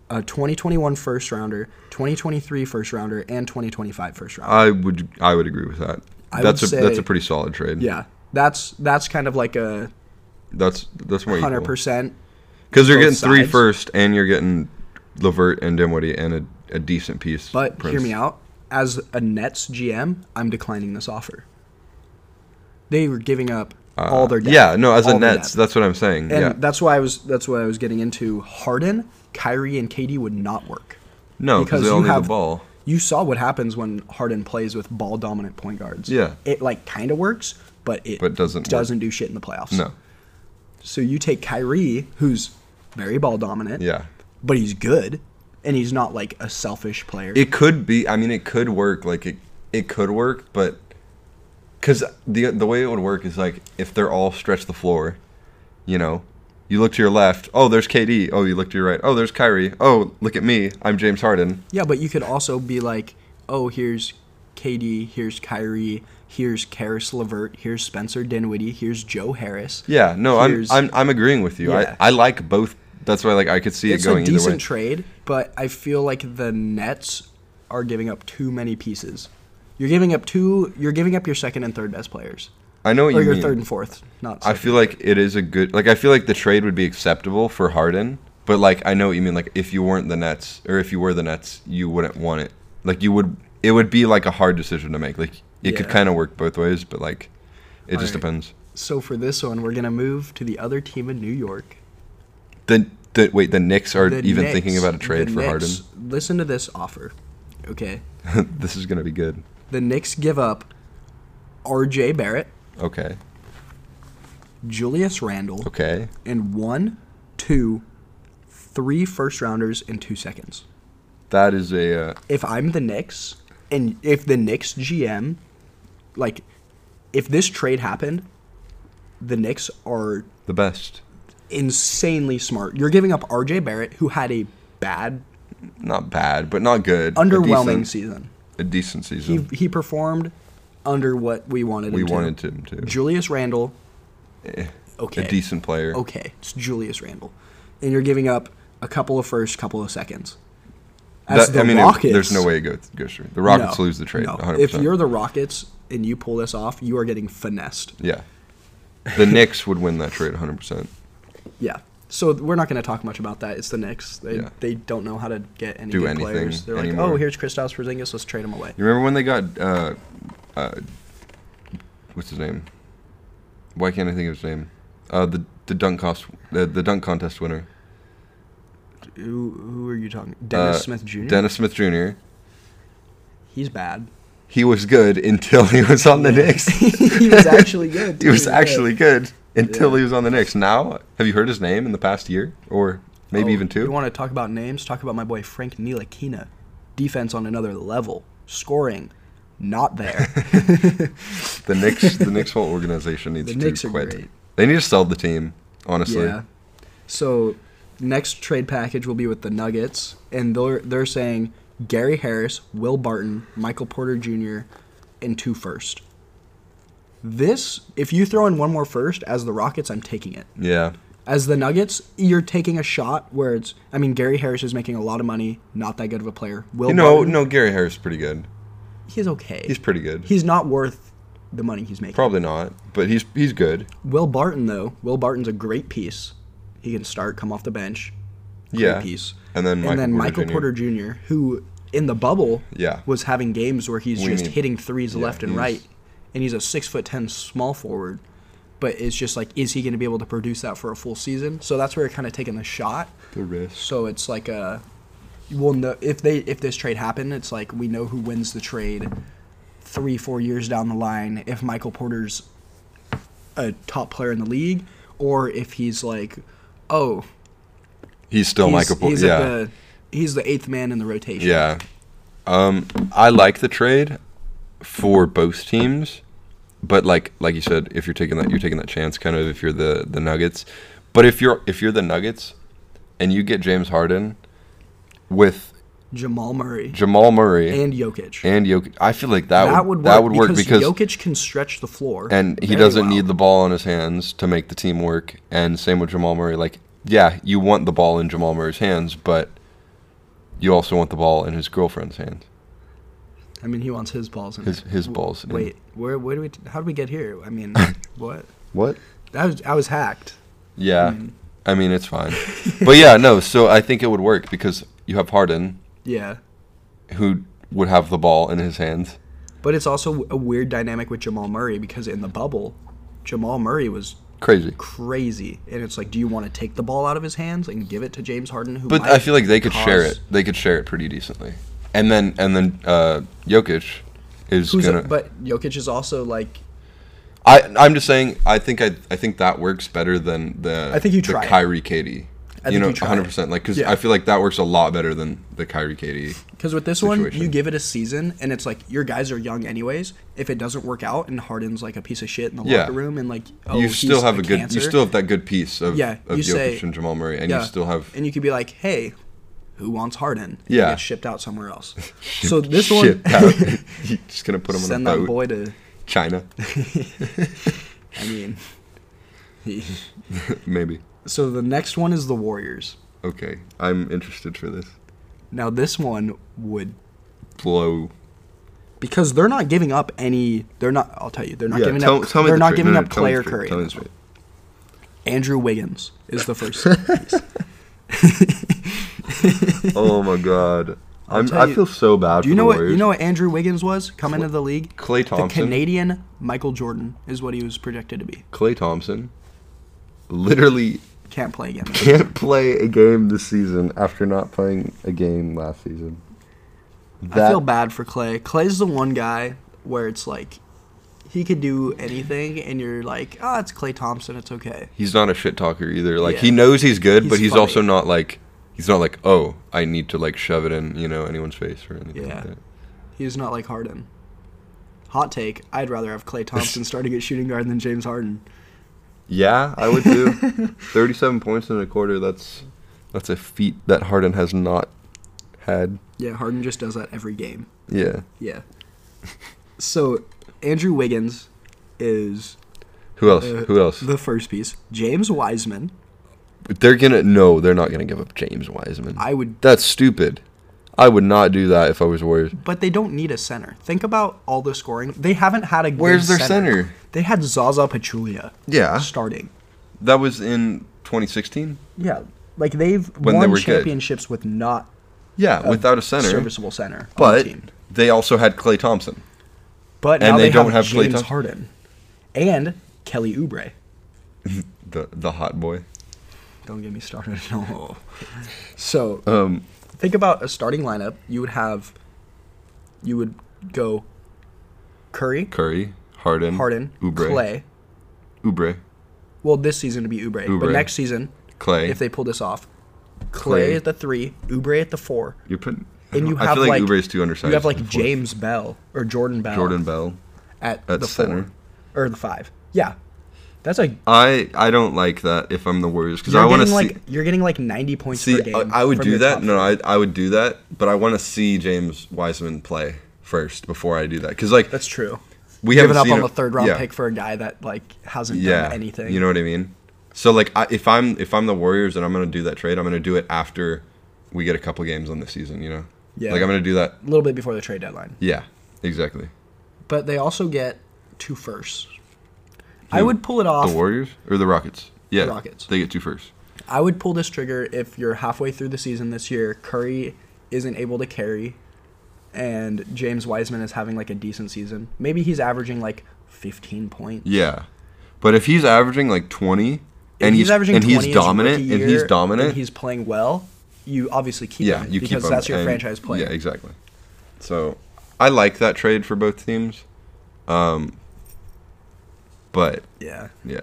B: a 2021 first rounder, 2023 first rounder, and 2025 first rounder.
A: I would I would agree with that.
B: I
A: that's
B: would
A: a that's
B: say-
A: a pretty solid trade.
B: yeah, that's that's kind of like a
A: That's that's more
B: 100
A: equal.
B: percent
A: Because you're
B: both
A: getting three
B: sides.
A: first, and you're getting Levert and Dinwiddie and a, a decent piece.
B: But
A: Prince.
B: hear me out. As a Nets GM, I'm declining this offer. They were giving up all their depth.
A: Uh, Yeah, no, as a
B: all their
A: Nets,
B: depth.
A: that's what I'm saying.
B: and
A: yeah.
B: that's why I was that's what I was getting into. Harden, Kyrie, and KD would not work.
A: no, because
B: because
A: they
B: you
A: all need the
B: have-
A: ball.
B: You saw what happens when Harden plays with ball dominant point guards.
A: Yeah.
B: it like kind of works, but it
A: But doesn't work.
B: doesn't do shit in the playoffs.
A: No.
B: So you take Kyrie, who's very ball dominant.
A: Yeah.
B: but he's good, and he's not like a selfish player.
A: It could be. I mean, it could work. Like it, it could work, but because the the way it would work is like if they're all stretched the floor, you know, you look to your left. Oh, there's KD. Oh, you look to your right. Oh, there's Kyrie. Oh, look at me. I'm James Harden.
B: Yeah, but you could also be like, oh, here's KD, here's Kyrie, here's Karis Levert, here's Spencer Dinwiddie, here's Joe Harris.
A: Yeah. No, I'm
B: Here's-
A: I'm I'm agreeing with you.
B: Yeah.
A: I I like both. That's why like I could see
B: It's
A: it going
B: a
A: either way.
B: decent trade, but I feel like the Nets are giving up too many pieces. You're giving up two. You're giving up your second and third best players,
A: I know what
B: or
A: you
B: your
A: mean.
B: third and fourth. Not.
A: I
B: Second.
A: feel like it is a good like I feel like the trade would be acceptable for Harden, but like I know what you mean like if you weren't the Nets or if you were the Nets, you wouldn't want it. Like you would it would be like a hard decision to make. Like it could
B: Yeah.
A: kind of work both ways, but like it just
B: Alright.
A: depends.
B: so for this one, we're gonna move to the other team in New York.
A: The, the wait, the Knicks are
B: The
A: even
B: Knicks-
A: thinking about a
B: the
A: trade for
B: Knicks- Listen to this offer, okay?
A: Harden. (laughs) this is going to be good.
B: The Knicks give up R.J. Barrett,
A: Okay.
B: Julius Randle,
A: Okay.
B: and one, two, three first rounders in two seconds.
A: That is a uh,
B: If I'm the Knicks, and if the Knicks GM, like, if this trade happened, the Knicks are
A: The best.
B: insanely smart. You're giving up RJ Barrett, who had a bad,
A: Not bad, but not good. A
B: underwhelming
A: decent-
B: season.
A: A decent
B: He,
A: season.
B: he performed under what we wanted
A: we
B: him
A: wanted
B: to.
A: him to. Eh,
B: Julius Randle. Okay.
A: A decent player.
B: okay, it's Julius Randle, and you're giving up a couple of first, couple of seconds. As
A: That-
B: the
A: I mean, it-
B: Rockets,
A: there's no way it goes, goes through. The Rockets lose the trade.
B: no.
A: 100%.
B: If you're the Rockets and you pull this off, you are getting finessed.
A: yeah, the Knicks would win that trade 100. percent
B: Yeah. So th- we're not going to talk much about that. It's the Knicks. They,
A: Yeah.
B: they don't know how to get any
A: Do
B: good
A: anything
B: players. They're like, oh,
A: anymore.
B: here's Kristaps Porzingis. Let's trade him away.
A: You remember when they got uh, uh, what's his name? Why can't I think of his name? Uh, the the dunk cost the, the dunk contest winner.
B: Who, who are you talking? Dennis
A: Uh,
B: Smith Jr.
A: Dennis Smith Jr.
B: He's bad. (laughs)
A: He was good until (laughs) he was on the Knicks.
B: he was actually
A: (laughs)
B: good.
A: he was
B: too, yeah.
A: actually good until
B: Yeah.
A: he was on the Knicks. Now, have you heard his name in the past year or maybe
B: Oh,
A: even two?
B: You want to talk about names? Talk about my boy Frank Ntilikina. Defense on another level. Scoring, not there.
A: (laughs) the Knicks, the Knicks whole organization needs
B: The
A: to
B: Knicks are
A: quit.
B: great.
A: They need to sell the team. Honestly,
B: yeah. So next trade package will be with the Nuggets, and they're they're saying Gary Harris, Will Barton, Michael Porter Jr., and two first. This, if you throw in one more first as the Rockets, I'm taking it.
A: yeah.
B: As the Nuggets, you're taking a shot where it's. I mean, Gary Harris is making a lot of money, not that good of a player. Will
A: You know,
B: Barton,
A: no, Gary Harris is pretty good.
B: he's okay.
A: He's pretty good.
B: he's not worth the money he's making.
A: Probably not, but he's he's good.
B: Will Barton though, Will Barton's a great piece. He can start, come off the bench, great
A: Yeah.
B: piece.
A: And then Michael Porter
B: Michael
A: Jr..
B: Porter Jr., who in the bubble
A: Yeah.
B: was having games where he's
A: We
B: just
A: need-
B: hitting threes
A: yeah,
B: left and
A: he's-
B: right, and he's a six foot ten small forward. But it's just like, is he going to be able to produce that for a full season? So that's where you're kind of taking the shot.
A: The risk.
B: So it's like a, we'll know if they if this trade happened, it's like we know who wins the trade, three four years down the line if Michael Porter's a top player in the league or if he's like, oh,
A: He's still
B: he's,
A: Oh, Michael Porter.
B: he's
A: Yeah.
B: at the he's the eighth man in the rotation.
A: yeah. Um, I like the trade for both teams, but like like you said, if you're taking that you're taking that chance, kind of if you're the the Nuggets, but if you're if you're the Nuggets, and you get James Harden with
B: Jamal Murray
A: Jamal Murray and,
B: and Jokic.
A: Jokic, I feel like that,
B: that
A: would,
B: would work
A: that would work because,
B: Jokic can stretch the floor
A: and he
B: very
A: doesn't
B: well.
A: need the ball on his hands to make the team work. And same with Jamal Murray. Like, yeah, you want the ball in Jamal Murray's hands, but you also want the ball in his girlfriend's hands.
B: I mean, he wants his balls. In
A: His
B: it.
A: his
B: W-
A: balls. in-
B: Wait, where where do we? How did we get here?
A: (laughs)
B: I mean, what?
A: What?
B: That was I was hacked.
A: Yeah.
B: Hmm.
A: I mean, it's
B: (laughs)
A: fine. but yeah, no. So I think it would work because you have Harden,
B: Yeah.
A: who would have the ball in his hands.
B: But it's also a weird dynamic with Jamal Murray because in the bubble, Jamal Murray was
A: Crazy.
B: crazy. And it's like, do you want to take the ball out of his hands and give it to James Harden? Who
A: But
B: might
A: I feel like they could share
B: cause-
A: it. They could share it pretty decently. And then and then uh, Jokic is
B: Who's
A: gonna.
B: but Jokic is also like,
A: I I'm just saying I think I I think that works better than the
B: I think you
A: the
B: try it.
A: Kyrie Katie.
B: I
A: you
B: think
A: know,
B: you try it.
A: 100% like cuz
B: Yeah.
A: I feel like that works a lot better than the Kyrie Katie.
B: because with this one, you
A: Situation.
B: give it a season and it's like, your guys are young anyways. If it doesn't work out and Harden's like a piece of shit in the
A: Yeah.
B: locker room and like, oh,
A: you
B: he's
A: still have a, good
B: cancer,
A: you still have that good piece of
B: Yeah,
A: of
B: you
A: Jokic
B: say-
A: and Jamal Murray and
B: yeah.
A: you still have
B: And you could be like, hey, who wants Harden? He
A: Yeah.
B: gets shipped out somewhere else. so this
A: (laughs)
B: one, (laughs)
A: shipped (laughs) out. You're just going to put him on a
B: send that
A: boat.
B: boy to, (laughs)
A: China (laughs)
B: I mean, he.
A: maybe.
B: (laughs) So the next one is the Warriors.
A: Okay. I'm interested for this.
B: Now this one would
A: Blow.
B: because they're not giving up any. They're not. I'll tell you. They're not
A: Yeah,
B: giving
A: tell,
B: up.
A: tell me
B: they're
A: the
B: not
A: truth.
B: giving
A: No, no,
B: up
A: tell me the
B: Claire
A: truth.
B: Curry.
A: Tell me the truth.
B: Andrew Wiggins is
A: (laughs)
B: the first.
A: Oh my
B: (laughs)
A: god. I'm,
B: tell
A: I
B: you-
A: feel so bad for
B: Do you know
A: the
B: what?
A: Warriors.
B: You know what Andrew Wiggins was coming into the league?
A: Klay Thompson.
B: The Canadian Michael Jordan is what he was projected to be.
A: Clay Thompson literally
B: Can't play again.
A: can't play a game this season after not playing a game last season.
B: I
A: That
B: feel bad for Clay. Clay's the one guy where it's like he could do anything, and you're like, oh, it's Clay Thompson. It's okay.
A: he's not a shit talker either. Like he
B: Yeah.
A: knows he's good, but
B: He's
A: he's
B: funny.
A: also not like he's not like oh I need to like shove it in you know anyone's face or anything
B: Yeah.
A: like that.
B: He's not
A: (laughs)
B: like Harden. Hot take: I'd rather have Clay Thompson starting at shooting guard than James Harden.
A: Yeah, I would
B: (laughs)
A: do. Thirty-seven points in a quarter. That's that's a feat that Harden has not had.
B: Yeah, Harden just does that every game.
A: Yeah. (laughs)
B: Yeah. So Andrew Wiggins is
A: Who else?
B: uh,
A: Who else?
B: the first piece. James Wiseman.
A: They're gonna no. They're not gonna give up James Wiseman.
B: I would
A: That's stupid. I would not do that if I was Warriors.
B: but they don't need a center. Think about all the scoring. They haven't had a good
A: Where's their center?
B: They had Zaza Pachulia
A: Yeah,
B: starting.
A: that was in 2016.
B: Yeah. Like they've
A: When they
B: won
A: were good.
B: championships with not
A: Yeah, without a center,
B: serviceable center on the
A: but
B: team.
A: they also had Clay Thompson.
B: But
A: And
B: now
A: they
B: they,
A: don't have
B: have,
A: Klay
B: James
A: Thompson.
B: Harden and Kelly Oubre.
A: the the hot boy.
B: Don't get me started. No. So
A: Um,
B: think about a starting lineup. You would have, you would go Curry,
A: Curry, Harden,
B: Harden,
A: Oubre,
B: Clay.
A: Oubre,
B: Well, this season to be Oubre, but
A: Oubre.
B: next season,
A: Clay.
B: if they pull this off, Clay,
A: Klay.
B: at the three, Oubre at the four.
A: you're putting, I
B: And
A: don't-
B: you
A: I
B: have
A: feel like,
B: like
A: Oubre's too undersized.
B: You have like
A: for the four.
B: James Bell or Jordan Bell
A: Jordan Bell.
B: at,
A: at
B: the
A: center.
B: four or the five. Yeah, that's like
A: I I don't like that if I'm the Warriors because
B: you're
A: I want to
B: getting
A: see.
B: like you're getting like ninety points per
A: See,
B: game.
A: I, I would
B: from
A: do
B: your
A: that.
B: top
A: No, I, I would do that, but I want to see James Wiseman play first before I do that. Because like
B: That's true.
A: we
B: Giving
A: haven't
B: up
A: seen
B: on
A: him-
B: the third round
A: yeah,
B: pick for a guy that like hasn't
A: yeah,
B: done anything.
A: You know what I mean? So like, I, if I'm if I'm the Warriors and I'm gonna do that trade, I'm gonna do it after we get a couple games on the season. You know?
B: Yeah.
A: Like I'm gonna do that.
B: a little bit before the trade deadline.
A: Yeah. Exactly.
B: But they also get two firsts. I would pull it off.
A: The Warriors or the Rockets? Yeah.
B: Rockets.
A: They get two first.
B: I would pull this trigger if you're halfway through the season this year. Curry isn't able to carry, and James Wiseman is having like a decent season. Maybe he's averaging like 15 points.
A: Yeah. But if he's averaging like 20
B: If
A: and he's, and
B: 20
A: he's
B: his
A: dominant
B: rookie
A: and
B: year,
A: he's dominant,
B: and he's playing well. You obviously keep
A: yeah,
B: him
A: you keep
B: because
A: him,
B: that's your
A: and-
B: franchise player.
A: Yeah, exactly. So I like that trade for both teams. Um, but
B: yeah.
A: yeah,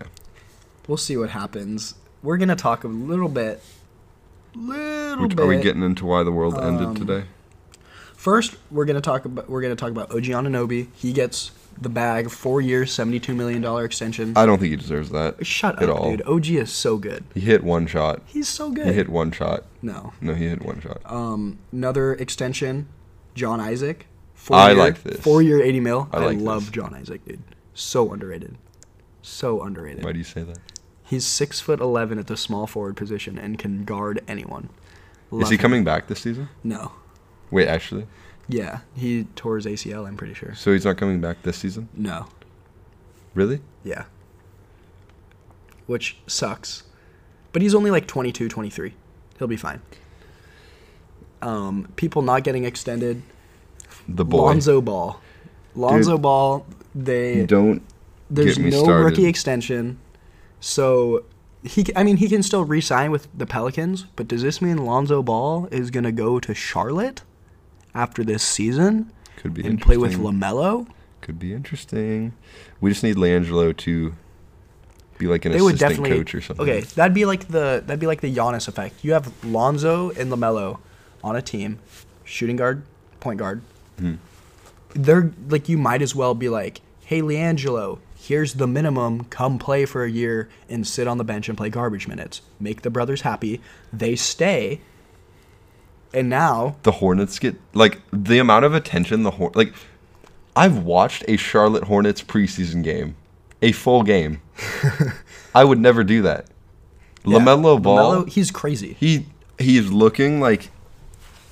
B: we'll see what happens. We're gonna talk a little bit, little
A: Which,
B: bit. um,
A: are we getting into why the world ended today?
B: First, we're gonna talk about we're gonna talk about OG Ananobi. He gets the bag, four years, seventy-two million dollar extension.
A: I don't think he deserves that
B: Shut
A: at
B: up,
A: all.
B: dude. OG is so good.
A: He hit one shot.
B: He's so good.
A: He hit one shot.
B: no,
A: No, he hit one shot.
B: um, another extension, John Isaac. Four
A: I
B: year,
A: like this.
B: Four-year, eighty mil. I,
A: I like
B: love
A: this.
B: John Isaac, dude. So underrated. So underrated.
A: Why do you say that? Is
B: He's six foot eleven at the small forward position and can guard anyone. Love
A: he
B: him.
A: coming back this season?
B: No.
A: Wait, actually,
B: Yeah, he tore his ACL. I'm pretty sure.
A: so he's not coming back this season?
B: No.
A: Really?
B: Yeah. Which sucks, but he's only like 22, 23. He'll be fine. Um, people not getting extended.
A: The boy.
B: Lonzo Ball. Lonzo Ball. They
A: Don't
B: there's
A: get me
B: no
A: started.
B: rookie extension, so he. c- I mean, he can still re-sign with the Pelicans, but does this mean Lonzo Ball is gonna go to Charlotte after this season
A: could be
B: and play with
A: interesting.
B: Lamelo?
A: Could be interesting. We just need Langelo to be like an
B: they would
A: assistant
B: definitely
A: coach or something.
B: Okay, that'd be like the that'd be like the Giannis effect. You have Lonzo and Lamelo on a team, shooting guard, point guard.
A: Mm-hmm.
B: They're like you might as well be like, hey, Leangelo, here's the minimum. Come play for a year and sit on the bench and play garbage minutes. Make the brothers happy. They stay. And now
A: The Hornets get like the amount of attention the Horn like I've watched a Charlotte Hornets preseason game, a full (laughs) game. I would never do that.
B: yeah,
A: LaMelo Ball,
B: LaMelo, he's crazy.
A: he he's looking like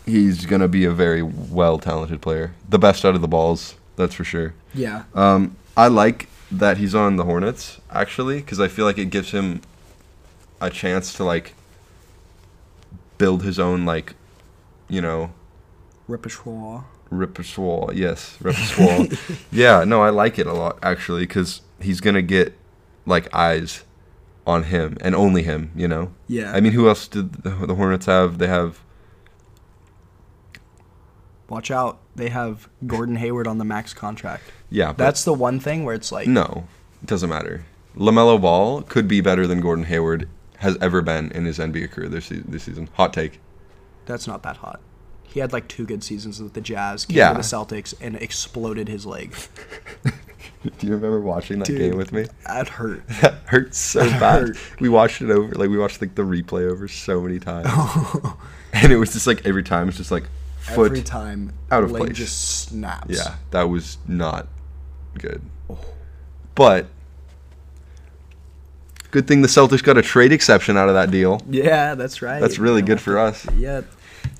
A: he's going to be a very well talented player. The best out of the balls, that's for sure.
B: Yeah.
A: Um, I like that he's on the Hornets actually because I feel like it gives him a chance to like build his own like you know
B: Repertoire.
A: repertoire. Yes,
B: (laughs)
A: repertoire. yeah, no, I like it a lot actually because he's gonna get like eyes on him and only him. You know.
B: Yeah.
A: I mean, who else did the the Hornets have? They have
B: Watch out. They have Gordon Hayward on the max contract.
A: yeah. But
B: That's the one thing where it's like
A: no. It doesn't matter. Lamelo Ball could be better than Gordon Hayward has ever been in his NBA career this se- this season. Hot take. (laughs)
B: that's not that hot. He had like two good seasons with the Jazz, came
A: Yeah.
B: to the Celtics, and exploded his leg.
A: Do (laughs) you remember watching that
B: Dude.
A: game with me?
B: That hurt.
A: That hurts so
B: It
A: bad.
B: hurt.
A: We watched it over, like we watched like the replay over so many
B: (laughs)
A: times, and it was just like every time it's just like foot.
B: Every time,
A: out of
B: leg
A: place.
B: just snaps.
A: Yeah, that was not good.
B: Oh.
A: But good thing the Celtics got a trade exception out of that deal.
B: Yeah, that's right.
A: That's really good for us.
B: Yeah,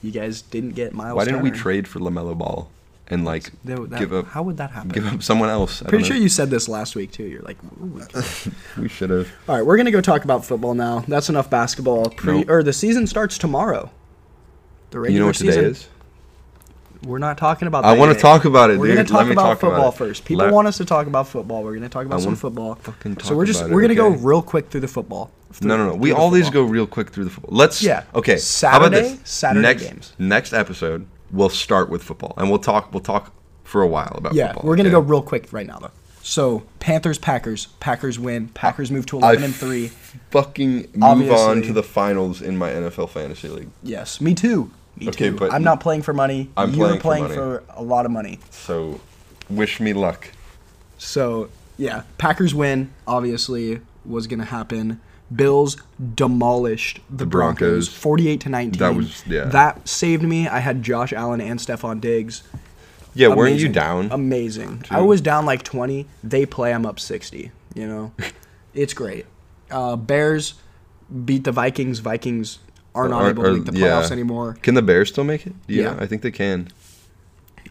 B: you guys didn't get Miles.
A: Why didn't we
B: Turner.
A: trade for Lamelo Ball and like
B: That, that,
A: give up
B: How would that happen?
A: give up someone else? I
B: Pretty
A: don't
B: sure
A: know.
B: you said this last week too. You're like, "Ooh, we could-"
A: (laughs) we should have.
B: all right, we're gonna go talk about football now. That's enough basketball. Pre
A: Nope.
B: or the season starts tomorrow. The regular
A: You know what today
B: season.
A: is?
B: We're not talking about.
A: I
B: that
A: wanna
B: yet.
A: talk about it,
B: We're
A: dude.
B: gonna talk
A: Let me
B: about
A: talk about
B: football
A: it.
B: first. People
A: Let-
B: want us to talk about football. We're gonna talk about
A: I
B: some
A: wanna
B: football.
A: fucking
B: so
A: talk
B: we're just
A: about it,
B: we're gonna go
A: okay?
B: real quick through the football.
A: No, no, no. We always go real quick through the football. Let's.
B: Yeah.
A: Okay. how about this?
B: Saturday- Saturday
A: next,
B: games.
A: Next episode, we'll start with football, and we'll talk. We'll talk for a while about.
B: Yeah,
A: football,
B: we're gonna
A: okay?
B: go real quick right now though. So Panthers, Packers, Packers win. Packers move to
A: I
B: eleven and three.
A: Fucking move on
B: Obviously.
A: to the finals in my NFL fantasy league.
B: Yes, me too. Me
A: Okay,
B: too.
A: but-
B: I'm not playing for money.
A: I'm playing
B: You're
A: for
B: playing
A: money.
B: for a lot of money.
A: So, wish me luck.
B: So yeah, Packers win obviously was gonna happen. Bills demolished the,
A: Broncos.
B: Broncos, 48 to 19.
A: That was- yeah.
B: That saved me. I had Josh Allen and Stephon Diggs.
A: Yeah, weren't you
B: Amazing.
A: down?
B: Amazing. I was down like 20. They play, I'm up 60.
A: (laughs)
B: You know, it's great. Uh, Bears beat the Vikings. Vikings are not
A: Or-
B: able
A: or-
B: to make the playoffs
A: yeah.
B: anymore.
A: Can the Bears still make it? Yeah,
B: Yeah.
A: I think they can.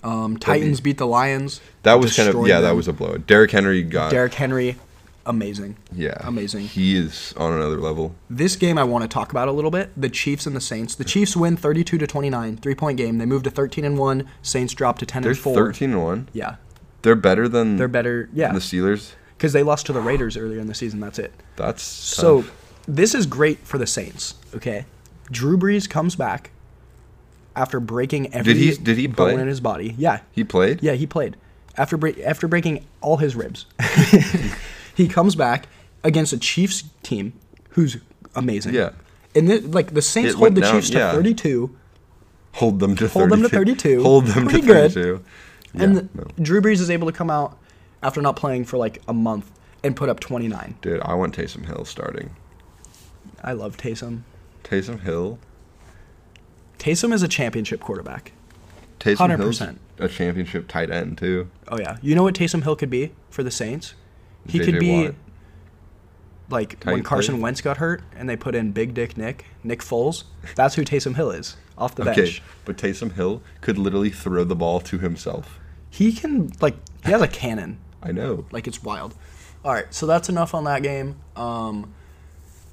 B: Um, Titans beat the Lions.
A: That was kind of
B: Destroyed
A: yeah, that
B: them.
A: was a blow. Derrick Henry got
B: Derrick Henry, amazing.
A: yeah,
B: amazing.
A: He is on another level.
B: This game I want to talk about a little bit. The Chiefs and the Saints. The Chiefs win 32 to 29, three point game. They move to 13 and one. Saints drop to 10
A: They're
B: and four.
A: thirteen and one.
B: Yeah,
A: They're better than
B: they're better. Yeah,
A: the Steelers.
B: because they lost to the Raiders earlier in the season. That's it.
A: That's
B: So
A: tough.
B: this is great for the Saints. Okay, Drew Brees comes back after breaking every
A: he- did he
B: bone
A: play?
B: in his body. Yeah,
A: he played.
B: yeah, he played after break after breaking all his ribs. (laughs) he comes back against a Chiefs team who's amazing.
A: Yeah.
B: and th- like the Saints
A: It
B: hold
A: went
B: the
A: down-
B: Chiefs to
A: yeah.
B: 32,
A: Hold them to 32.
B: Hold them to 32.
A: Hold them
B: Pretty
A: to
B: good.
A: 32. Yeah,
B: and the-
A: no.
B: Drew Brees is able to come out after not playing for like a month and put up 29.
A: Dude, I want Taysom Hill starting.
B: I love Taysom.
A: Taysom Hill.
B: Taysom is a championship quarterback.
A: Taysom
B: 100%.
A: Hill's a championship tight end too.
B: Oh yeah, you know what Taysom Hill could be for the Saints? He
A: JJ
B: could be
A: Watt.
B: like
A: Tight
B: when Carson
A: play.
B: Wentz got hurt and they put in Big Dick Nick, Nick Foles. That's who Taysom Hill is off the
A: Okay,
B: bench.
A: but Taysom Hill could literally throw the ball to himself.
B: He can like he has a cannon.
A: I know.
B: Like it's wild. All right, so that's enough on that game. Um,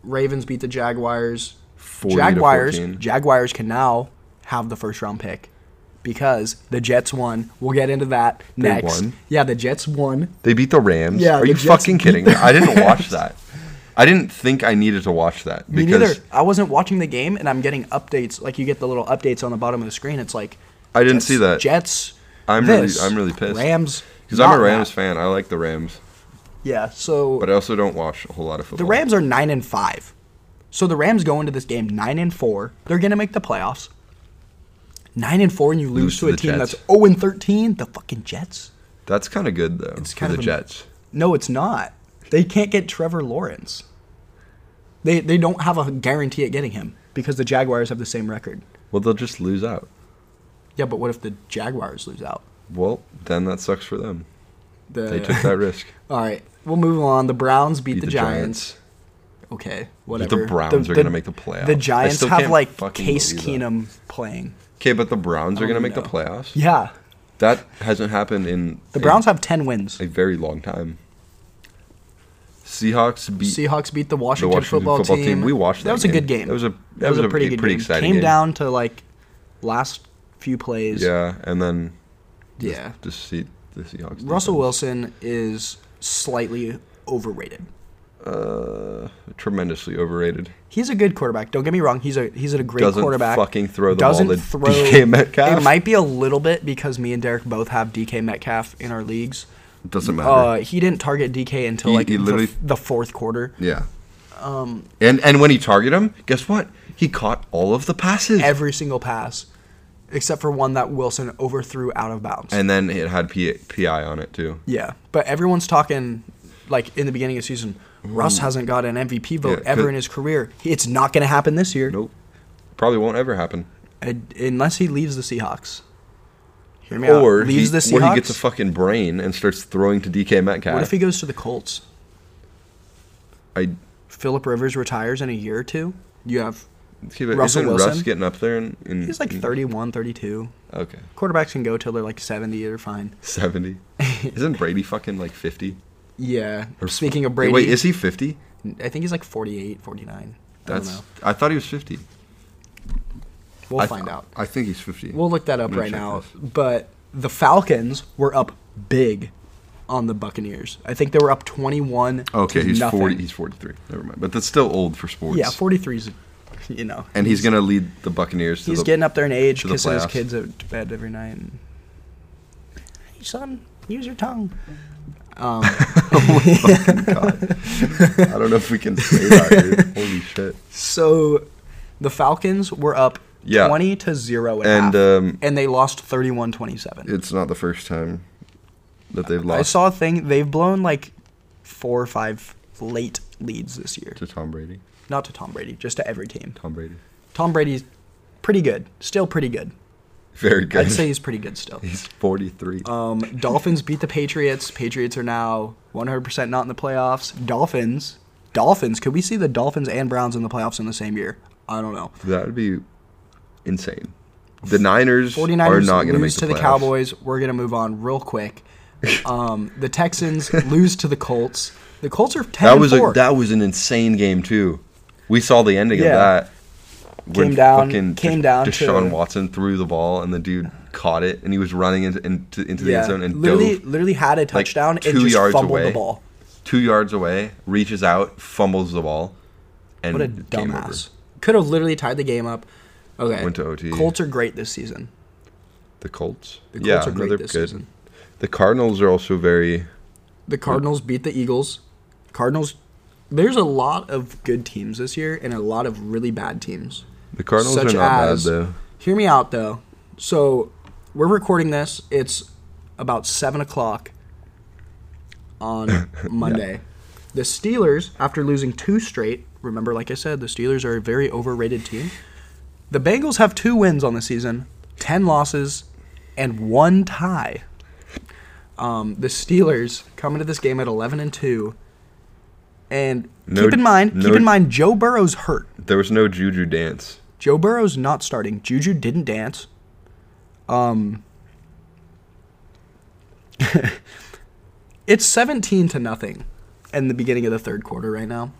B: Ravens beat the Jaguars.
A: 40 to
B: Jaguars
A: 14.
B: Jaguars can now have the first round pick because the Jets won. We'll get into that next.
A: won?
B: Yeah, the Jets won.
A: They beat the Rams.
B: Yeah,
A: Are
B: the
A: you
B: Jets
A: fucking
B: beat
A: kidding
B: the
A: me? I didn't watch that. I didn't think I needed to watch that
B: Me
A: because
B: neither. I wasn't watching the game, and I'm getting updates. Like you get the little updates on the bottom of the screen. It's like
A: I didn't
B: Jets-
A: see that.
B: Jets.
A: I'm really-
B: this,
A: I'm really pissed.
B: Rams.
A: because I'm
B: not
A: a Rams
B: that.
A: fan. I like the Rams,
B: Yeah. So
A: but I also don't watch a whole lot of football.
B: the Rams are nine and five. So the Rams go into this game nine and four. They're gonna make the playoffs. Nine and four, and you lose,
A: Lose
B: to
A: to
B: a
A: the
B: team
A: Jets.
B: that's zero and thirteen. The fucking Jets.
A: That's kind of good though. It's
B: kind
A: for
B: of
A: the
B: a-
A: Jets.
B: No, it's not. They can't get Trevor Lawrence. They they don't have a guarantee at getting him because the Jaguars have the same record.
A: Well, they'll just lose out.
B: Yeah, but what if the Jaguars lose out?
A: Well, then that sucks for them.
B: The,
A: They took that risk.
B: (laughs) All right, we'll move on. The Browns beat,
A: Beat
B: the,
A: the
B: Giants. Okay, whatever.
A: Browns are gonna make the playoffs.
B: The
A: I
B: Giants
A: still
B: have
A: can't
B: like
A: fucking
B: Case
A: believe that.
B: Keenum playing.
A: Okay, but the Browns are
B: don't
A: gonna make the
B: know.
A: playoffs.
B: Oh, Yeah,
A: That hasn't happened in
B: the
A: a-
B: Browns have ten wins.
A: a, very long time. Seahawks beat
B: Seahawks beat
A: the
B: the Washington,
A: Washington
B: football, team.
A: We watched that.
B: that was a good game.
A: That was a
B: that, was, a pretty good
A: pretty
B: game.
A: exciting
B: Came
A: game.
B: down to like last few plays.
A: Yeah, and then the-
B: Yeah.
A: the, Se- the Seahawks.
B: Russell
A: defense.
B: Wilson is slightly overrated.
A: uh, tremendously overrated.
B: He's a good quarterback. Don't get me wrong. He's a he's a great
A: Doesn't
B: quarterback.
A: fucking throw the
B: doesn't
A: ball to
B: throw,
A: DK Metcalf.
B: It might be a little bit because me and Derek both have DK Metcalf in our leagues.
A: Doesn't matter.
B: Uh, he didn't target DK until
A: He-
B: like
A: he
B: the-
A: literally-
B: the, fourth quarter.
A: yeah. Um, and and when he targeted him, guess what? He caught all of the passes,
B: Every single pass, except for one that Wilson overthrew out of bounds.
A: and then it had P- PI on it too.
B: yeah, but everyone's talking like in the beginning of the season, Russ hasn't got an MVP vote
A: Yeah,
B: ever
A: could-
B: in his career. It's not going to happen this year
A: Nope. Probably won't ever happen.
B: And- unless he leaves the Seahawks. Hear me
A: or
B: out. uh, Leaves
A: he,
B: the Seahawks.
A: or he gets a fucking brain and starts throwing to DK Metcalf.
B: what if he goes to the Colts?
A: I
B: Philip Rivers retires in a year or two. You have
A: okay, but
B: Russell
A: isn't Russ
B: Wilson?
A: getting up there? In, in,
B: he's like
A: in-
B: 31, 32.
A: Okay,
B: Quarterbacks can go till they're like 70, they're fine. (laughs)
A: seventy. isn't Brady fucking like fifty?
B: Yeah.
A: Or-
B: Speaking of Brady,
A: wait, is he fifty?
B: I think he's like 48, 49. I
A: That's
B: don't know.
A: I, thought he was fifty.
B: We'll
A: I th-
B: find out.
A: I think he's fifty.
B: We'll look that up
A: I'm gonna
B: right
A: check
B: now.
A: this.
B: But the Falcons were up big on the Buccaneers. I think they were up 21.
A: okay,
B: to
A: he's
B: nothing.
A: forty. He's forty-three. Never mind. But that's still old for sports.
B: Yeah, 43 is, you know.
A: and he's gonna lead the Buccaneers to
B: He's
A: the
B: getting up there in age,
A: to the
B: kissing his
A: playoffs.
B: kids out to bed every night. And, hey, son, use your tongue.
A: (laughs)
B: Um, (laughs)
A: fucking god. I don't know if we can say that. Dude.
B: (laughs)
A: Holy shit.
B: so the Falcons were up
A: Yeah.
B: 20 to 0 at
A: And
B: half,
A: um,
B: and they lost 31 27.
A: it's not the first time that they've
B: I
A: lost
B: saw a thing. They've blown like four or five late leads this year.
A: to Tom Brady.
B: Not to Tom Brady, just to every team.
A: Tom Brady.
B: Tom Brady's pretty good. Still pretty good.
A: Very good.
B: I'd say he's pretty good
A: (laughs)
B: still.
A: he's 43.
B: Um, Dolphins beat the Patriots. Patriots are now 100% not in the playoffs. Dolphins. Dolphins. Could we see the Dolphins and Browns in the playoffs in the same year? I don't know.
A: that would be insane. The Niners
B: 49ers
A: are not going to make
B: lose
A: the
B: to the
A: playoffs.
B: Cowboys. We're going to move on
A: (laughs)
B: real quick. Um, the Texans lose to the Colts. The Colts are 10
A: That was
B: and
A: a,
B: 4.
A: that was an insane game too. We saw the ending
B: Yeah.
A: of that.
B: Came down- came
A: Desha-
B: down to-
A: Deshaun Watson threw the ball and the dude caught it and he was running into into, into the end zone and
B: literally,
A: dove
B: literally had a touchdown and
A: two
B: just
A: yards
B: fumbled
A: away.
B: the ball.
A: two yards away, reaches out, fumbles the ball, and
B: What a
A: game over.
B: dumbass! Could have literally tied the game up. Okay,
A: Went to OT.
B: Colts are great this season.
A: The Colts.
B: The Colts
A: yeah,
B: are
A: no,
B: great
A: they're
B: this
A: good.
B: season.
A: The Cardinals are also very.
B: The Cardinals beat the Eagles. Cardinals. There's a lot of good teams this year and a lot of really bad teams.
A: The Cardinals
B: such
A: are not
B: as,
A: bad though.
B: Hear me out though. So we're recording this. It's about seven o'clock
A: (laughs)
B: on Monday. The Steelers, after losing two straight, remember, like I said, the Steelers are a very overrated team. The Bengals have two wins on the season, ten losses, and one tie. Um, the Steelers come into this game at eleven and two. And
A: No-
B: keep in mind,
A: no-
B: keep in mind, Joe Burrow's hurt.
A: There was no Juju dance.
B: Joe Burrow's not starting. Juju didn't dance. Um, (laughs) it's 17 to nothing in the beginning of the third quarter right now,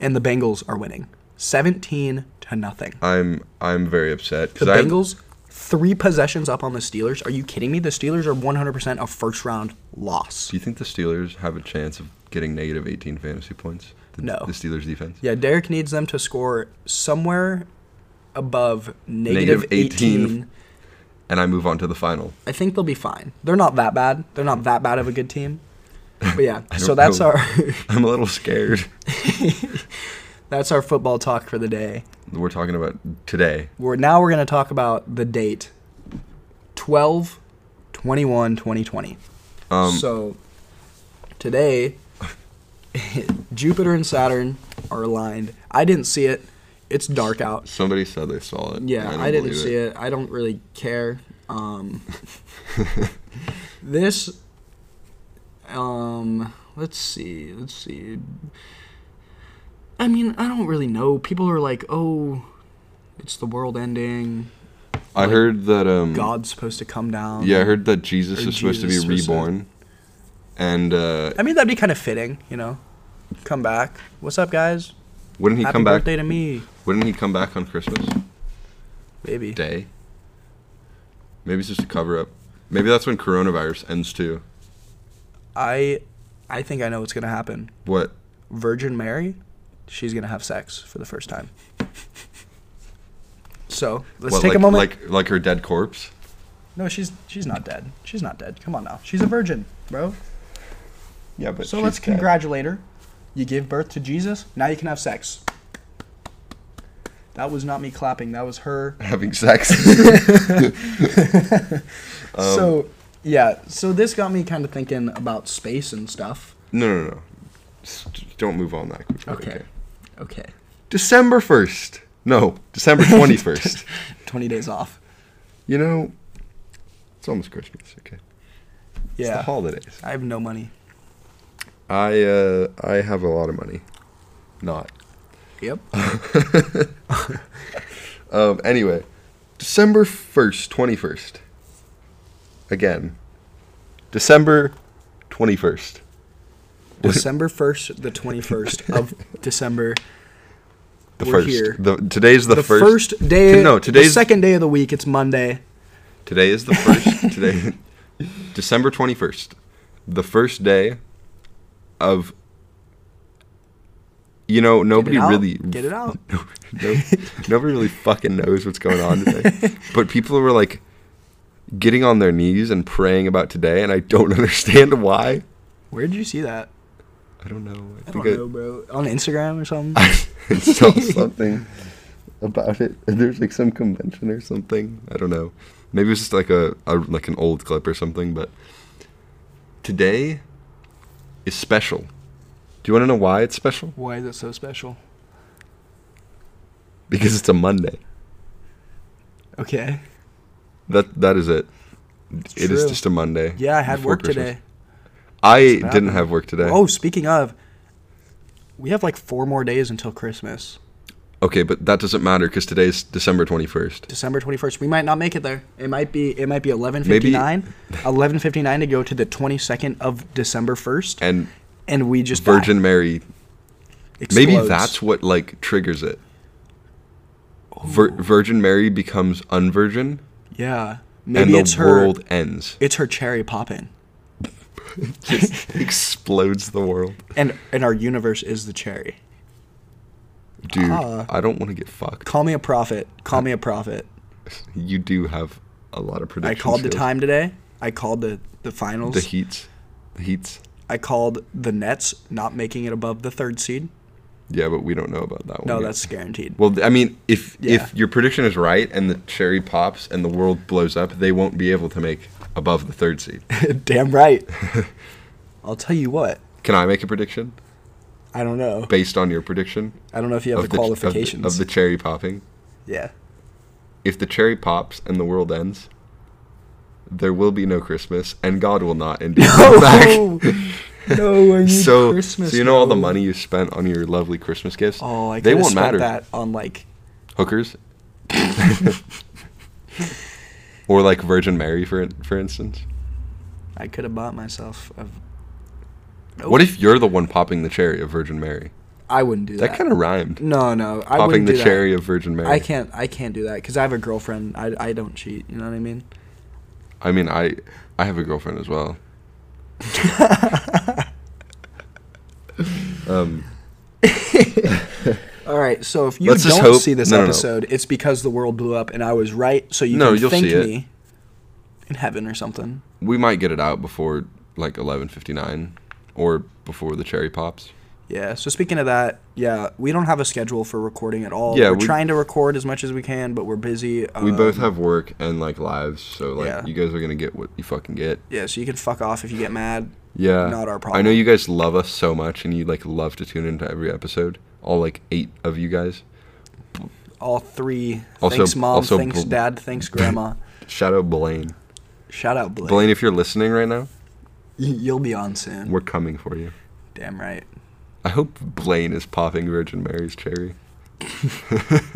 B: and the Bengals are winning 17 to nothing.
A: I'm I'm very upset
B: The
A: because I
B: Bengals three possessions up on the Steelers. Are you kidding me? The Steelers are 100% a first round loss.
A: Do you think the Steelers have a chance of getting negative 18 fantasy points? The,
B: No.
A: The Steelers defense?
B: Yeah, Derek needs them to score somewhere above negative
A: Negative 18.
B: 18
A: And I move on to the
B: (laughs)
A: final.
B: I think they'll be fine. They're not that bad. They're not that bad of a good team. But yeah,
A: (laughs) I
B: so
A: don't
B: that's
A: know.
B: our (laughs)
A: I'm a little scared.
B: that's our football talk for the day.
A: We're talking about today.
B: We're now we're going to talk about the date 12 21 2020.
A: Um,
B: so today (laughs) Jupiter and Saturn are aligned. I didn't see it. It's dark out.
A: Somebody said they saw it.
B: Yeah, I, didn't see it. I don't really care.
A: (laughs)
B: Um, this, um, let's see, let's see. I mean, I don't really know. People are like, "Oh, it's the world ending.
A: I heard that. Um,
B: God's supposed to come down."
A: Yeah, I heard that Jesus
B: Or
A: is supposed
B: Jesus
A: to be
B: was said.
A: reborn. And uh,
B: I mean, that'd be kind of fitting, you know. Come back. What's up, guys?
A: wouldn't he
B: Happy
A: come back?
B: birthday to me,
A: Wouldn't he come back on Christmas
B: baby.
A: Day? Maybe it's just a cover up. Maybe that's when coronavirus ends too.
B: I, I think I know what's gonna happen.
A: What?
B: Virgin Mary, she's gonna have sex for the first time. So let's
A: what,
B: take
A: like,
B: a moment.
A: Like like her dead corpse.
B: no, she's she's not dead. She's not dead. Come on now, she's a virgin, bro.
A: Yeah, but
B: So let's congratulate her. You give birth to Jesus. Now you can have sex. That was not me clapping. That was her.
A: (laughs) having sex. Um,
B: so yeah. So this got me kind of thinking about space and stuff.
A: (laughs) no, no, no. Just don't move on that quickly.
B: Okay. Okay.
A: December 1st. No, December
B: (laughs)
A: 21st.
B: 20 days off.
A: you know, it's almost Christmas. Okay. It's the
B: Yeah.
A: holidays.
B: I have no money.
A: I uh I have a lot of money. Not.
B: Yep.
A: Um anyway, December 1st, 21st. Again. December 21st. (laughs)
B: December 1st, the 21st of December.
A: The
B: We're
A: first.
B: here.
A: The today's the,
B: The, first, day.
A: to- no,
B: the
A: today's
B: second day of the week. It's Monday.
A: Today is the first. today, (laughs) December twenty first, the first day of. You know, nobody
B: out.
A: really
B: Get it out.
A: No, (laughs) no- nobody really fucking knows what's going on
B: (laughs)
A: today. but people were like getting on their knees and praying about today, and I don't (laughs) understand why.
B: Where did you see that?
A: I don't know. I,
B: I don't
A: I-
B: know, bro. On Instagram or something?
A: (laughs) I saw something about it. There's like some convention or something. I don't know. Maybe it was just like a, a like an old clip or something. But today is special. Do you want to know why it's special? (laughs)
B: Why is it so special?
A: Because it's a Monday.
B: Okay.
A: That that is it.
B: It's
A: It is
B: true.
A: just a Monday.
B: Yeah, I had
A: before
B: work
A: Christmas.
B: today.
A: I
B: That's
A: didn't
B: what happened.
A: have work today.
B: Oh, speaking of, we have like four more days until Christmas.
A: Okay, but that doesn't matter because today's December twenty first.
B: December 21st. We might not make it there. It might be it might be 11:59.
A: (laughs)
B: 11:59 to go to the 22nd of December 1st and,
A: And
B: we just die.
A: Virgin Mary Maybe
B: Explodes.
A: that's what like triggers it.
B: Oh.
A: Vir- Virgin Mary becomes unvirgin,
B: Yeah. Maybe
A: and
B: it's
A: the
B: her
A: world
B: (laughs)
A: ends.
B: it's her cherry poppin.
A: Just (laughs) explodes the world,
B: And and our universe is the cherry.
A: dude.
B: Ah.
A: I don't want to get fucked.
B: Call me a prophet. Call me a prophet.
A: You do have a lot of
B: I
A: predictions.
B: called the time today. I called the the finals.
A: The heats, the heats.
B: I called the Nets not making it above the third seed.
A: Yeah, but we don't know about that one.
B: No,
A: yet.
B: that's
A: (laughs)
B: guaranteed.
A: Well, I mean, if
B: Yeah.
A: if your prediction is right and the cherry pops and the world blows up, they won't be able to make above the third
B: (laughs)
A: seed.
B: Damn
A: (laughs)
B: right. I'll tell you what.
A: Can I make a prediction
B: I don't know.
A: based on your prediction
B: I don't know if you have the,
A: ch- of
B: qualifications.
A: of the cherry popping?
B: yeah.
A: if the cherry pops and the world ends, there will be no Christmas, and God will not
B: (laughs)
A: indeed come back.
B: No, no, I
A: (laughs)
B: need
A: So,
B: Christmas.
A: so you know all the
B: no.
A: money you spent on your lovely Christmas gifts.
B: Oh, I
A: they
B: could have
A: won't
B: spent
A: matter.
B: that on like. (laughs)
A: Hookers, or like Virgin Mary, for in- for instance.
B: I could have bought myself. A, Nope.
A: What if you're the one popping the cherry of Virgin Mary?
B: I wouldn't do that.
A: That kind of rhymed.
B: no, no, I
A: popping
B: wouldn't
A: the
B: do that.
A: cherry of Virgin Mary.
B: I can't. I can't do that because I have a girlfriend. I, I don't cheat. You know what I mean?
A: I mean, I I have a girlfriend as well. um,
B: All right. So if you
A: Let's just
B: don't
A: hope-
B: see this
A: no, no, no.
B: episode, it's because the world blew up and I was right. So you
A: No,
B: can
A: you'll
B: thank
A: see it.
B: me in heaven or something.
A: we might get it out before like 11:59 or before the cherry pops.
B: Yeah. So speaking of that, yeah, we don't have a schedule for recording at all.
A: Yeah,
B: we're
A: we-
B: trying to record as much as we can, but we're busy. Um,
A: we both have work and like lives, so like
B: yeah.
A: you guys are gonna get what you fucking get.
B: Yeah. So you can fuck off if you get mad.
A: Yeah,
B: Not our
A: I
B: problem.
A: know you guys love us so much, and you like love to tune into every episode. All like eight of you guys.
B: All three.
A: Also-
B: thanks, mom.
A: also
B: thanks,
A: Bl-
B: dad.
A: (coughs)
B: Thanks, grandma.
A: Shout out Blaine.
B: Shout out, Blake.
A: Blaine, if you're listening right now,
B: Y- You'll be on soon.
A: we're coming for you.
B: Damn right.
A: I hope Blaine is popping Virgin Mary's cherry.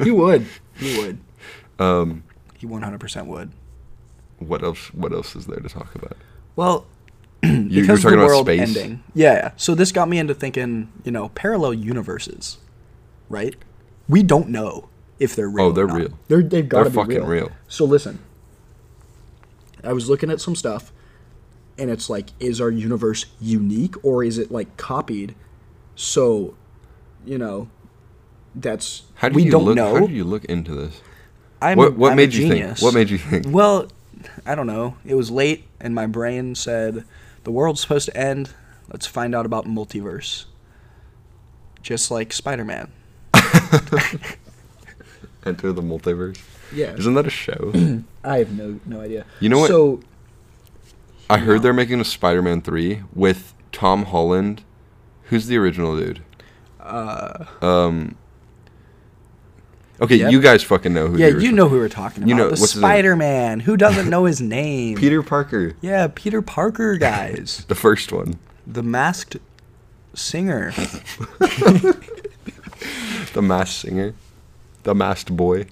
B: He would. (laughs) He would.
A: Um,
B: He 100% would.
A: what else? What else is there to talk about?
B: Well, (clears throat)
A: You,
B: because the world ending. Yeah, yeah. So this got me into thinking, you know, parallel universes, right? We don't know if they're real.
A: Oh,
B: or
A: they're
B: not.
A: real.
B: They're they've got to be
A: fucking
B: real.
A: real.
B: So listen, I was looking at some stuff, and it's like, is our universe unique or is it like copied? So, you know, that's
A: How do
B: we
A: you
B: don't
A: look?
B: know.
A: How do you look into this?
B: I'm a-
A: what what
B: I'm a
A: made you think?
B: genius.
A: What made you think?
B: Well, I don't know. It was late, and my brain said, "The world's supposed to end. Let's find out about multiverse." Just like Spider-Man.
A: Enter the multiverse.
B: Yeah.
A: Isn't that a
B: (clears throat)
A: show?
B: I have no no idea.
A: You know what-
B: So
A: I heard they're making a Spider-Man 3 with Tom Holland Who's the original dude?
B: Uh,
A: Um. Okay,
B: Yep.
A: you guys fucking know who.
B: yeah,
A: the
B: you
A: original-
B: know who we're talking about.
A: You know-
B: the
A: what's his name?
B: Spider Man. Who doesn't
A: (laughs)
B: know his name?
A: Peter Parker,
B: Yeah, Peter
A: (laughs)
B: Parker, guys.
A: the first one,
B: the masked
A: (laughs)
B: singer.
A: the masked singer, the masked boy,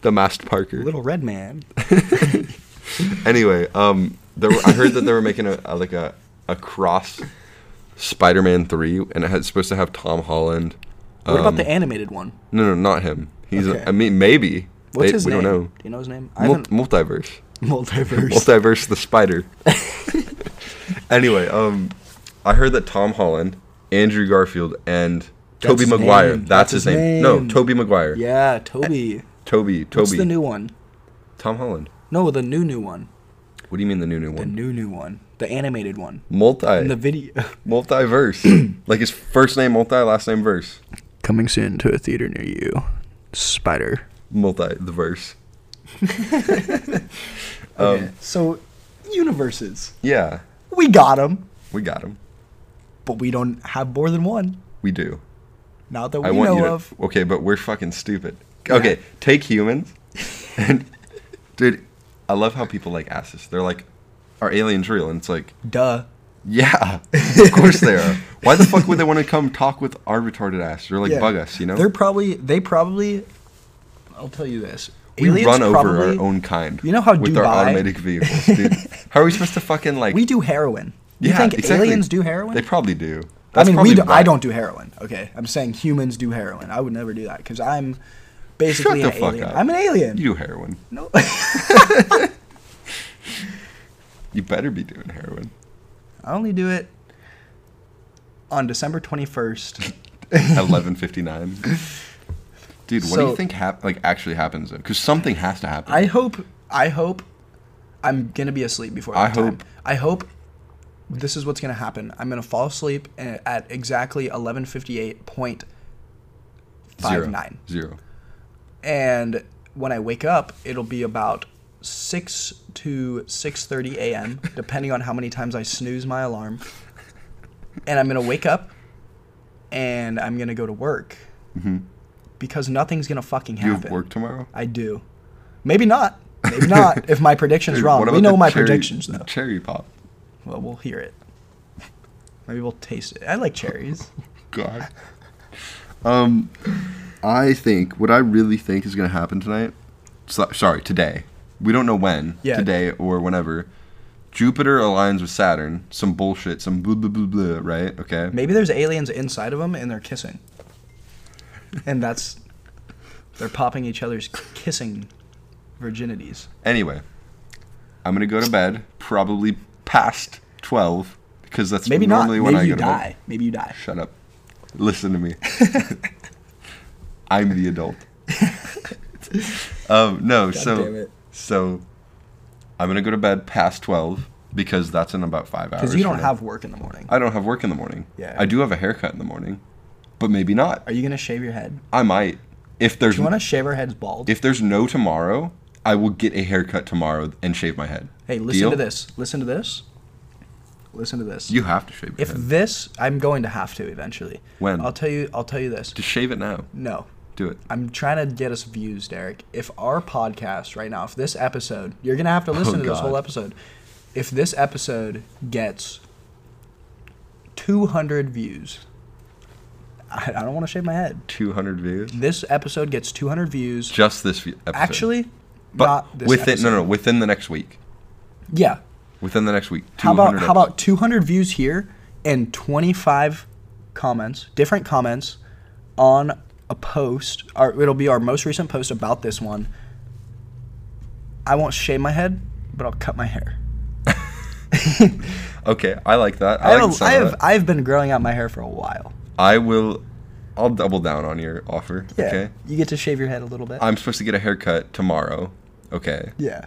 A: the masked Parker.
B: Little Red Man.
A: Anyway, um, there were, I heard that they were making a, a like a a cross Spider-Man three, and it had supposed to have Tom Holland.
B: What
A: um,
B: about the animated one?
A: No, no, not him. He's.
B: Okay.
A: I mean, maybe.
B: What's
A: They-
B: his
A: we
B: name?
A: don't know.
B: Do you know his name? I
A: Mul-
B: haven't (laughs)
A: multiverse.
B: multiverse.
A: Multiverse the spider. (laughs) anyway, um, I heard that Tom Holland, Andrew Garfield, and
B: That's
A: Toby
B: his
A: Maguire.
B: name.
A: That's,
B: That's
A: his
B: his
A: name. No,
B: name.
A: Toby Maguire.
B: yeah, Toby.
A: Toby. Toby.
B: What's the new one?
A: Tom Holland.
B: No, the new new one.
A: What do you mean the new new
B: The
A: one?
B: new new one. The animated one.
A: multi.
B: In the video. (laughs) (clears throat)
A: multiverse. like his first name multi, last name verse.
B: Coming soon to a theater near you. Spider.
A: Multi the verse.
B: Okay.
A: Um,
B: so universes.
A: Yeah,
B: We got them,
A: we got him.
B: but we don't have more than one.
A: We do.
B: Not that we
A: I want you
B: know
A: to.
B: of.
A: Okay, but we're fucking stupid. Okay, take humans. (laughs) And dude, I love how people like ask this. They're like, "Are aliens real?" And it's like,
B: Duh.
A: "Yeah, of course they
B: (laughs)
A: are. Why the fuck would they want to come talk with our retarded ass or like
B: Yeah.
A: bug us? You know,
B: They're probably they probably I'll tell you this.
A: we run over
B: probably-
A: our own kind.
B: You know how
A: with
B: Dubai-
A: our
B: (laughs)
A: automatic vehicles, dude. how are we supposed to fucking like?
B: We do heroin. You
A: yeah,
B: think
A: exactly.
B: aliens do heroin?
A: They probably do.
B: I mean, we
A: probably
B: do,
A: why-
B: I don't do heroin. Okay, I'm saying humans do heroin. I would never do that because I'm basically
A: Shut the
B: an
A: fuck
B: alien.
A: up.
B: I'm an alien.
A: You do heroin.
B: no, (laughs)
A: You better be doing heroin.
B: I only do it on December 21st.
A: Eleven fifty nine. Dude, what do
B: So-
A: you think hap- like actually happens though? Because something has to happen.
B: I hope. I hope. I'm gonna be asleep before. That
A: I
B: time.
A: hope-
B: I hope. This is what's gonna happen. I'm gonna fall asleep a- at exactly 11:58.59.
A: Zero. Zero.
B: and when I wake up, it'll be about six to six thirty
A: (laughs)
B: a.m., depending on how many times I snooze my alarm. And I'm gonna wake up, and I'm gonna go to work
A: Mm-hmm.
B: because nothing's gonna fucking
A: You
B: happen.
A: have work tomorrow.
B: I do. Maybe not. Maybe
A: (laughs)
B: not. if my prediction's
A: Dude,
B: wrong,
A: what
B: we
A: about
B: know
A: the
B: my
A: cherry-
B: predictions
A: the
B: though.
A: Cherry pop.
B: Well, we'll
A: (laughs)
B: hear it. Maybe we'll taste it. I like cherries.
A: God. Um, I think what I really think is gonna happen tonight. So, sorry, today. We don't know when.
B: Yeah.
A: Today or whenever. Jupiter aligns with Saturn. Some bullshit. Some blah blah blah blah. Right. Okay.
B: Maybe there's aliens inside of them and they're kissing. And that's they're popping each other's kissing virginities.
A: Anyway, I'm gonna go to bed probably past twelve because that's
B: Maybe not.
A: normally
B: Maybe
A: when I Oh,
B: you
A: go to bed.
B: die. Maybe you die.
A: Shut up. Listen to me. (laughs) I'm the
B: (laughs)
A: adult. um, no,
B: damn
A: so
B: it.
A: so I'm gonna go to bed past twelve because that's in about five hours.
B: Because you don't
A: from now.
B: have work in the morning.
A: I don't have work in the morning.
B: Yeah.
A: I do have a haircut in the morning, but maybe not.
B: Are you gonna shave your head?
A: I might. If there's
B: Do you wanna shave our heads bald?
A: if there's no tomorrow, I will get a haircut tomorrow and shave my head.
B: hey, listen
A: Deal?
B: to this. Listen to this. Listen to this.
A: You have to shave your
B: if
A: head.
B: this I'm going to have to eventually.
A: When?
B: I'll tell you I'll tell you this.
A: Just shave it now.
B: No.
A: Do it.
B: I'm trying to get us views, Derek. If our podcast right now, if this episode, you're gonna have to listen to this
A: Oh, God.
B: whole episode. If this episode gets 200 views, I, I don't want to shave my head.
A: 200 views.
B: This episode gets 200 views.
A: Just this view- episode.
B: Actually,
A: but
B: not this
A: within no
B: episode.
A: no within the next week.
B: Yeah.
A: Within the next week.
B: How about
A: 200
B: how about 200 views here and 25 comments, different comments on a post. Our, it'll be our most recent post about this one. I won't shave my head, but I'll cut my hair.
A: episodes. Okay, I like that.
B: I,
A: I, like
B: have,
A: the
B: a, I
A: sound of
B: have
A: that.
B: I've been growing out my hair for a while.
A: I will. I'll double down on your offer.
B: Yeah.
A: Okay.
B: You get to shave your head a little bit.
A: I'm supposed to get a haircut tomorrow. Okay.
B: yeah.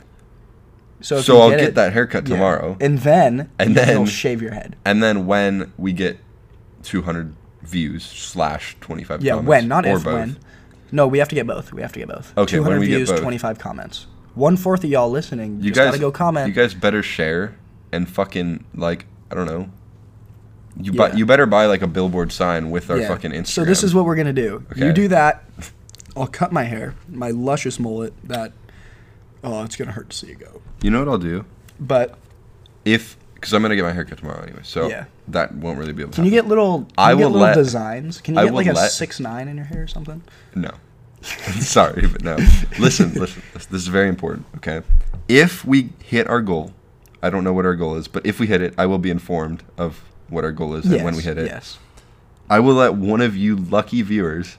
B: So if
A: So
B: you
A: I'll get
B: it-
A: that haircut
B: yeah.
A: tomorrow.
B: And then
A: And
B: you'll
A: then-
B: shave your head.
A: And then when we get 200 views slash 25
B: Yeah,
A: comments,
B: when, not
A: or
B: if,
A: both.
B: when. No, we have to get both. We have to get both.
A: Okay, when
B: 200
A: we get
B: views,
A: both.
B: 25 comments. One fourth of y'all listening, you
A: You
B: just
A: guys
B: gotta go comment.
A: You guys better share and fucking like I don't know. You bu-
B: Yeah.
A: you better buy like a billboard sign with our fucking Instagram.
B: So this is what we're gonna do.
A: Okay.
B: You do that. I'll cut my hair, my luscious mullet. That oh, it's gonna hurt to see it go.
A: you know what I'll do
B: But
A: if because I'm gonna get my haircut tomorrow anyway, so
B: Yeah.
A: that won't really be able. to
B: can you get little? Can
A: I
B: you get
A: will
B: little
A: let-
B: designs. Can you
A: I
B: get like
A: will
B: a
A: let-
B: six nine in your hair or something?
A: No. (laughs) Sorry, but no.
B: (laughs)
A: Listen, listen. This this is very important, okay? If we hit our goal, I don't know what our goal is, but if we hit it, I will be informed of what our goal is and when we hit it.
B: Yes.
A: I will let one of you lucky viewers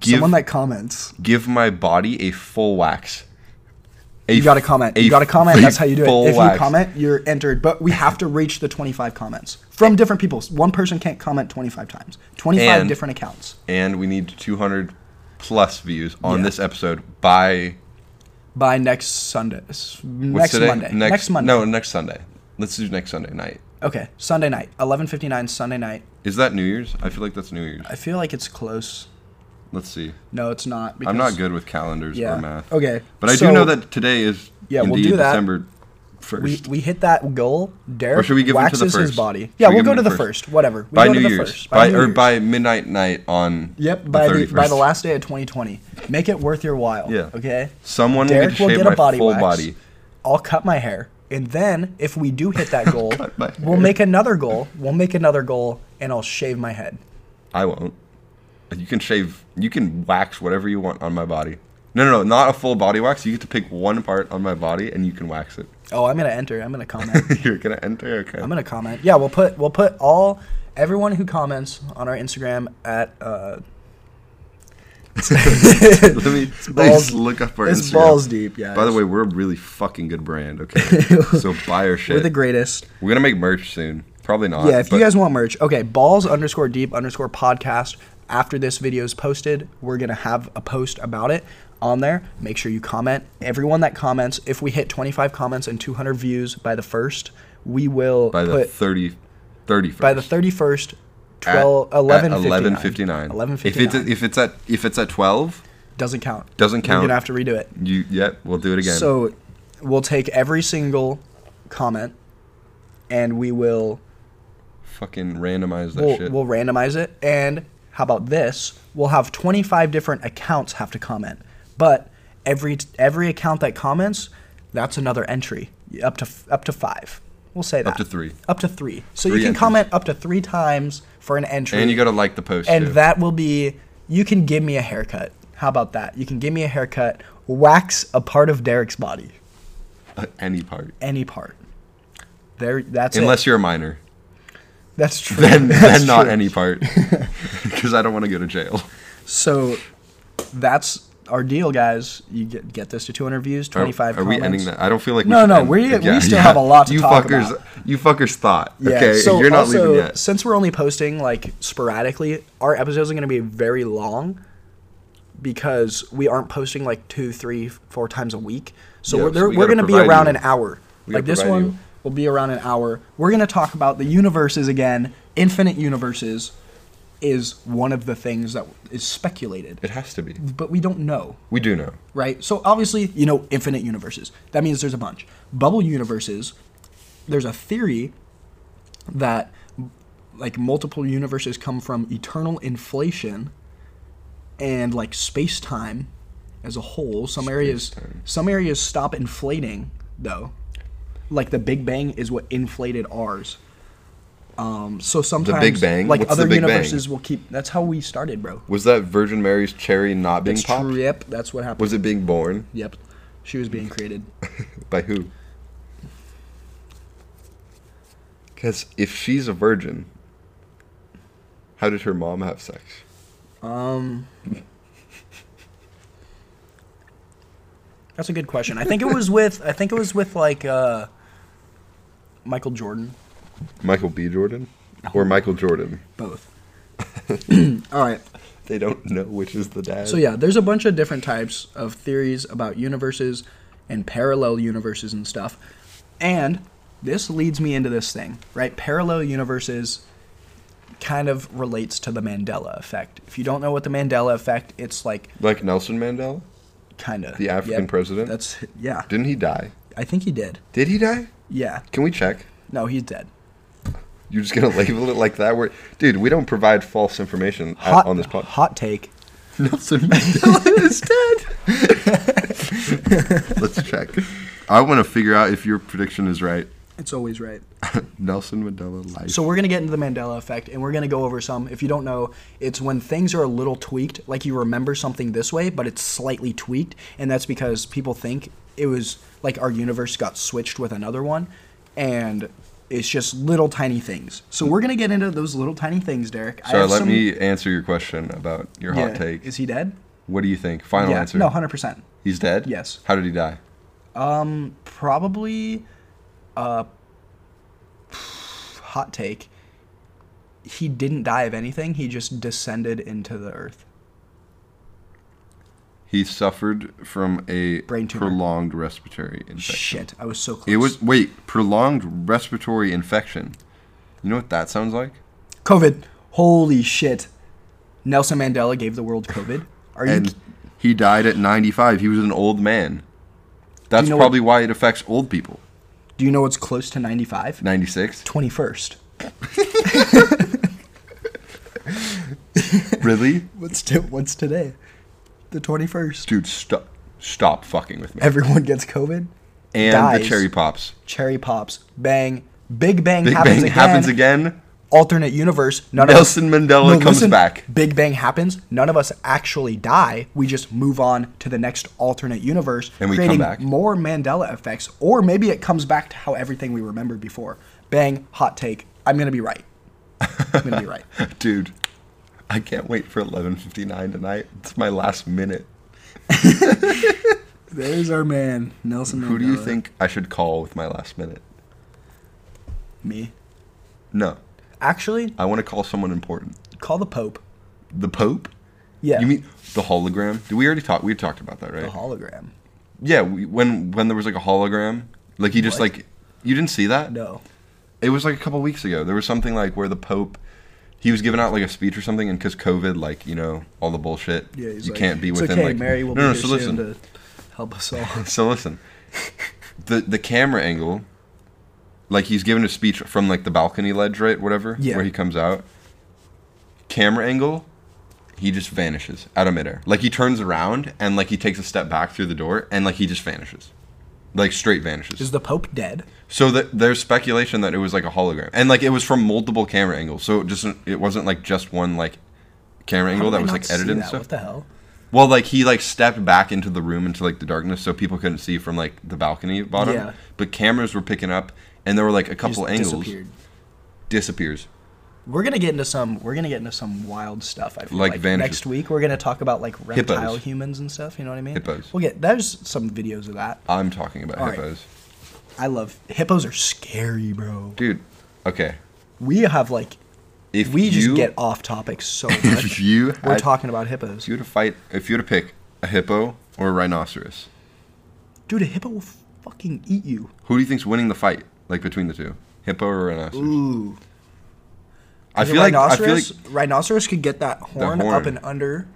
A: give
B: Someone that comments.
A: give my body a full wax. A
B: You got to
A: f-
B: comment.
A: a
B: You got to comment.
A: f-
B: That's how you do
A: full
B: it. If you
A: wax.
B: comment, you're entered. But we have to reach the 25 comments from different people. One person can't comment 25 times. 25
A: And-
B: different accounts
A: and we need 200 plus views on
B: Yeah.
A: this episode by
B: by next Sunday. s-
A: what's
B: Next
A: today?
B: Monday. Next, Monday.
A: No, next Sunday. Let's do next Sunday night.
B: Okay. Sunday night. 11:59 Sunday night.
A: Is that New Year's? I feel like that's New Year's.
B: I feel like it's close.
A: Let's see.
B: No, it's not. Because,
A: I'm not good with calendars
B: Yeah.
A: or math.
B: Okay.
A: But I
B: so
A: do know that today is
B: Yeah, we'll
A: indeed
B: do that.
A: December
B: we,
A: 1st.
B: we hit that goal. Derek
A: Or should we give him to the
B: waxes his
A: first?
B: body.
A: Should
B: Yeah,
A: we
B: we'll
A: give
B: go
A: him
B: to
A: to the
B: the first. Whatever. We
A: by
B: go
A: New
B: to the
A: Year's.
B: first.
A: by
B: New
A: or
B: Year's.
A: by midnight night on
B: Yep, by the, by the
A: 31st.
B: last day of 2020. Make it worth your while.
A: Yeah.
B: Okay.
A: Someone
B: Derek
A: will get
B: will
A: to shave
B: get a
A: my
B: body
A: full
B: wax.
A: body.
B: I'll cut my hair, and then if we do
A: (laughs)
B: hit that goal,
A: Cut my
B: we'll
A: hair.
B: make another goal. We'll make another goal, and I'll shave my head.
A: I won't. You can shave you can wax whatever you want on my body. No, no, no, not a full body wax. You get to pick one part on my body and you can wax it. (laughs)
B: Oh, I'm gonna enter. I'm gonna comment.
A: You're going to enter okay. (laughs)
B: I'm gonna comment. Yeah, we'll put we'll put all everyone who comments on our Instagram at uh,
A: Let me let me just
B: balls-
A: look up our
B: it's
A: Instagram.
B: balls deep, yeah,
A: By the
B: it's-
A: way, we're a really fucking good brand,
B: (laughs)
A: okay? so buy our shit.
B: we're the greatest.
A: We're gonna make merch soon. Probably not.
B: Yeah, if you
A: but
B: guys want merch, okay, balls underscore deep underscore podcast. After this video is posted, we're gonna have a post about it on there. Make sure you comment. Everyone that comments, if we hit 25 comments and 200 views by the first, we will
A: by the
B: put
A: 30, 31st.
B: by the 31st,
A: At-
B: 12,
A: at
B: 11,
A: 11:59.
B: 11:59.
A: If it's if it's at if it's at twelve,
B: doesn't count.
A: Doesn't count.
B: We're gonna have to redo it.
A: you yep, we'll do it again.
B: So we'll take every single comment, and we will
A: fucking randomize that
B: we'll,
A: shit.
B: we'll randomize it. And how about this? We'll have 25 different accounts have to comment, but every every account that comments, that's another entry up to up to five. We'll say that
A: to three.
B: Up to three. So
A: Three
B: you can
A: entries.
B: comment up to three times for an entry,
A: and you gotta like the post.
B: and
A: too.
B: that will be you can give me a haircut. How about that? You can give me a haircut, wax a part of Derek's body,
A: Uh, any part,
B: any part. There, that's it.
A: unless you're a
B: (laughs)
A: minor,
B: that's true.
A: then
B: (laughs) That's
A: then not
B: true.
A: any
B: (laughs)
A: part, because I don't want to go to jail.
B: So that's our deal, guys. You get get this to 200 views,
A: Are-
B: 25.
A: Are, we
B: comments.
A: ending that? I don't feel like
B: No,
A: should
B: no,
A: end-
B: we- we still have a lot to
A: you
B: talk
A: fuckers,
B: about.
A: You fuckers thought.
B: Yeah.
A: okay,
B: So
A: you're not
B: also,
A: leaving yet.
B: since we're only posting like sporadically, our episodes are going to be very long because we aren't posting like two, three, four times a week. So
A: Yeah,
B: we're,
A: so we
B: we're
A: gotta
B: going to be
A: provide
B: around
A: you.
B: an hour.
A: We
B: Like
A: gotta
B: this
A: provide
B: one
A: you.
B: will be around an hour. We're going to talk about the universes again. Infinite universes is one of the things that is speculated,
A: It has to be.
B: but we don't know.
A: We do know.
B: right? So obviously, you know, infinite universes. That means there's a bunch. Bubble universes, there's a theory that like multiple universes come from eternal inflation and like space-time as a whole. Some areas
A: Space-time.
B: some areas stop inflating though. Like the Big Bang is what inflated ours. Um, so sometimes
A: Bang?
B: like
A: What's the
B: other
A: Big Bang?
B: universes will keep that's how we started, bro.
A: Was that Virgin Mary's cherry not being
B: That's
A: popped?
B: true. Yep, that's what happened.
A: Was it being born
B: Yep. She was being created.
A: by who? Because if she's a virgin, how did her mom have sex?
B: Um, that's a good question. I think it was with I think it was with like uh, Michael Jordan.
A: Michael B. Jordan
B: Oh.
A: or Michael Jordan?
B: Both. (clears throat) All right.
A: They don't know which is the dad.
B: So yeah, there's a bunch of different types of theories about universes and parallel universes and stuff. And this leads me into this thing, right? Parallel universes kind of relates to the Mandela effect. If you don't know what the Mandela effect, it's like
A: like Nelson Mandela,
B: kind of
A: the African president.
B: That's yeah.
A: Didn't he die?
B: I think he did.
A: Did he die?
B: Yeah.
A: Can we check?
B: No, he's dead.
A: You're just gonna (laughs) label it like that? We're, dude, we don't provide false information at-
B: Hot
A: Uh, on this
B: (laughs)
A: podcast. (laughs)
B: Hot take.
A: Nelson Mandela is dead. (laughs) Let's check. I want to figure out if your prediction is right.
B: It's always right.
A: Nelson Mandela life.
B: So we're gonna get into the Mandela effect, and we're gonna go over some. If you don't know, it's when things are a little tweaked, like you remember something this way, but it's slightly tweaked, and that's because people think it was like our universe got switched with another one, and it's just little tiny things. So we're gonna get into those little tiny things, Derek.
A: Sorry,
B: have
A: let
B: some-
A: me answer your question about your
B: Yeah.
A: hot take.
B: Is he dead?
A: what do you think? Final
B: yeah.
A: answer.
B: No, hundred percent.
A: He's dead?
B: Yes.
A: How did he die?
B: Probably, uh, hot take. He didn't die of anything. He just descended into the earth.
A: He suffered from a
B: Brain tumor.
A: prolonged respiratory infection.
B: Shit, I was so close.
A: It was wait, prolonged respiratory infection. You know what that sounds like?
B: COVID. Holy shit. Nelson Mandela gave the world COVID. Are you?
A: And he died at 95. He was an old man. That's
B: know what-
A: probably why it affects old people.
B: do you know what's close to 95? (laughs)
A: 96.
B: 21st.
A: really?
B: What's to, what's today? The 21st.
A: Dude, stop stop fucking with me.
B: Everyone gets COVID.
A: And
B: dies.
A: the cherry pops.
B: Cherry pops. Bang. Big Bang
A: Big
B: happens
A: Bang
B: again.
A: happens again. (laughs)
B: Alternate universe. None
A: Nelson Mandela comes back.
B: Big Bang happens. None of us actually die. We just move on to the next alternate universe,
A: And we come
B: creating
A: back.
B: more Mandela effects. Or maybe it comes back to how everything we remembered before. Bang. Hot take. I'm gonna be right. I'm gonna
A: (laughs)
B: be right.
A: Dude, I can't wait for 11:59 tonight. It's my last minute.
B: There's our man, Nelson.
A: Who do you think I should call with my last minute?
B: Me.
A: No.
B: Actually,
A: I want to call someone important.
B: call the Pope.
A: The Pope?
B: Yeah.
A: You mean the hologram? Did we already talk? We talked about that, right?
B: the hologram?
A: yeah. We, when when there was like a hologram, like he just
B: What?
A: like you didn't see that.
B: No.
A: It was like a couple weeks ago. There was something like where the Pope, he was giving out like a speech or something, and because COVID, like you know all the bullshit,
B: Yeah. He's
A: you
B: like,
A: can't be
B: "It's
A: within
B: okay,
A: like
B: Mary will
A: no
B: be
A: no.
B: here
A: so listen,
B: soon to help us all. (laughs)
A: so listen, the the camera angle, like he's giving a speech from like the balcony ledge, right? Whatever,
B: Yeah.
A: where he comes out. Camera angle, he just vanishes out of midair. Like he turns around and like he takes a step back through the door and like he just vanishes, like straight vanishes.
B: Is the Pope dead?
A: So that there's speculation that it was like a hologram, and like it was from multiple camera angles. So it just it wasn't like just one like camera
B: How
A: angle
B: did I
A: that was
B: not
A: like
B: see
A: edited and
B: that?
A: stuff.
B: What the hell?
A: Well, like he like stepped back into the room into like the darkness, so people couldn't see from like the balcony bottom.
B: Yeah.
A: But cameras were picking up, and there were like a couple
B: Just
A: angles
B: disappeared.
A: disappears.
B: We're gonna get into some. We're gonna get into some wild stuff. I feel
A: Like
B: like,
A: vanishes.
B: next week we're gonna talk about like reptile
A: Hippos.
B: humans and stuff. You know what I mean?
A: Hippos.
B: We'll get there's some videos of that.
A: I'm talking about
B: All right.
A: hippos,
B: I love hippos are scary, bro.
A: dude. Okay,
B: We have like
A: if
B: we just
A: you,
B: get off topic so
A: (laughs) if
B: much.
A: you
B: we're
A: had,
B: talking about hippos,
A: if you had to fight, if you had to pick a hippo or a rhinoceros,
B: dude. A hippo will fucking eat you.
A: who do you think's winning the fight? Like between the two, hippo or rhinoceros?
B: Ooh.
A: I
B: The
A: feel like I feel like
B: rhinoceros, rhinoceros could get that horn, up
A: horn.
B: and under.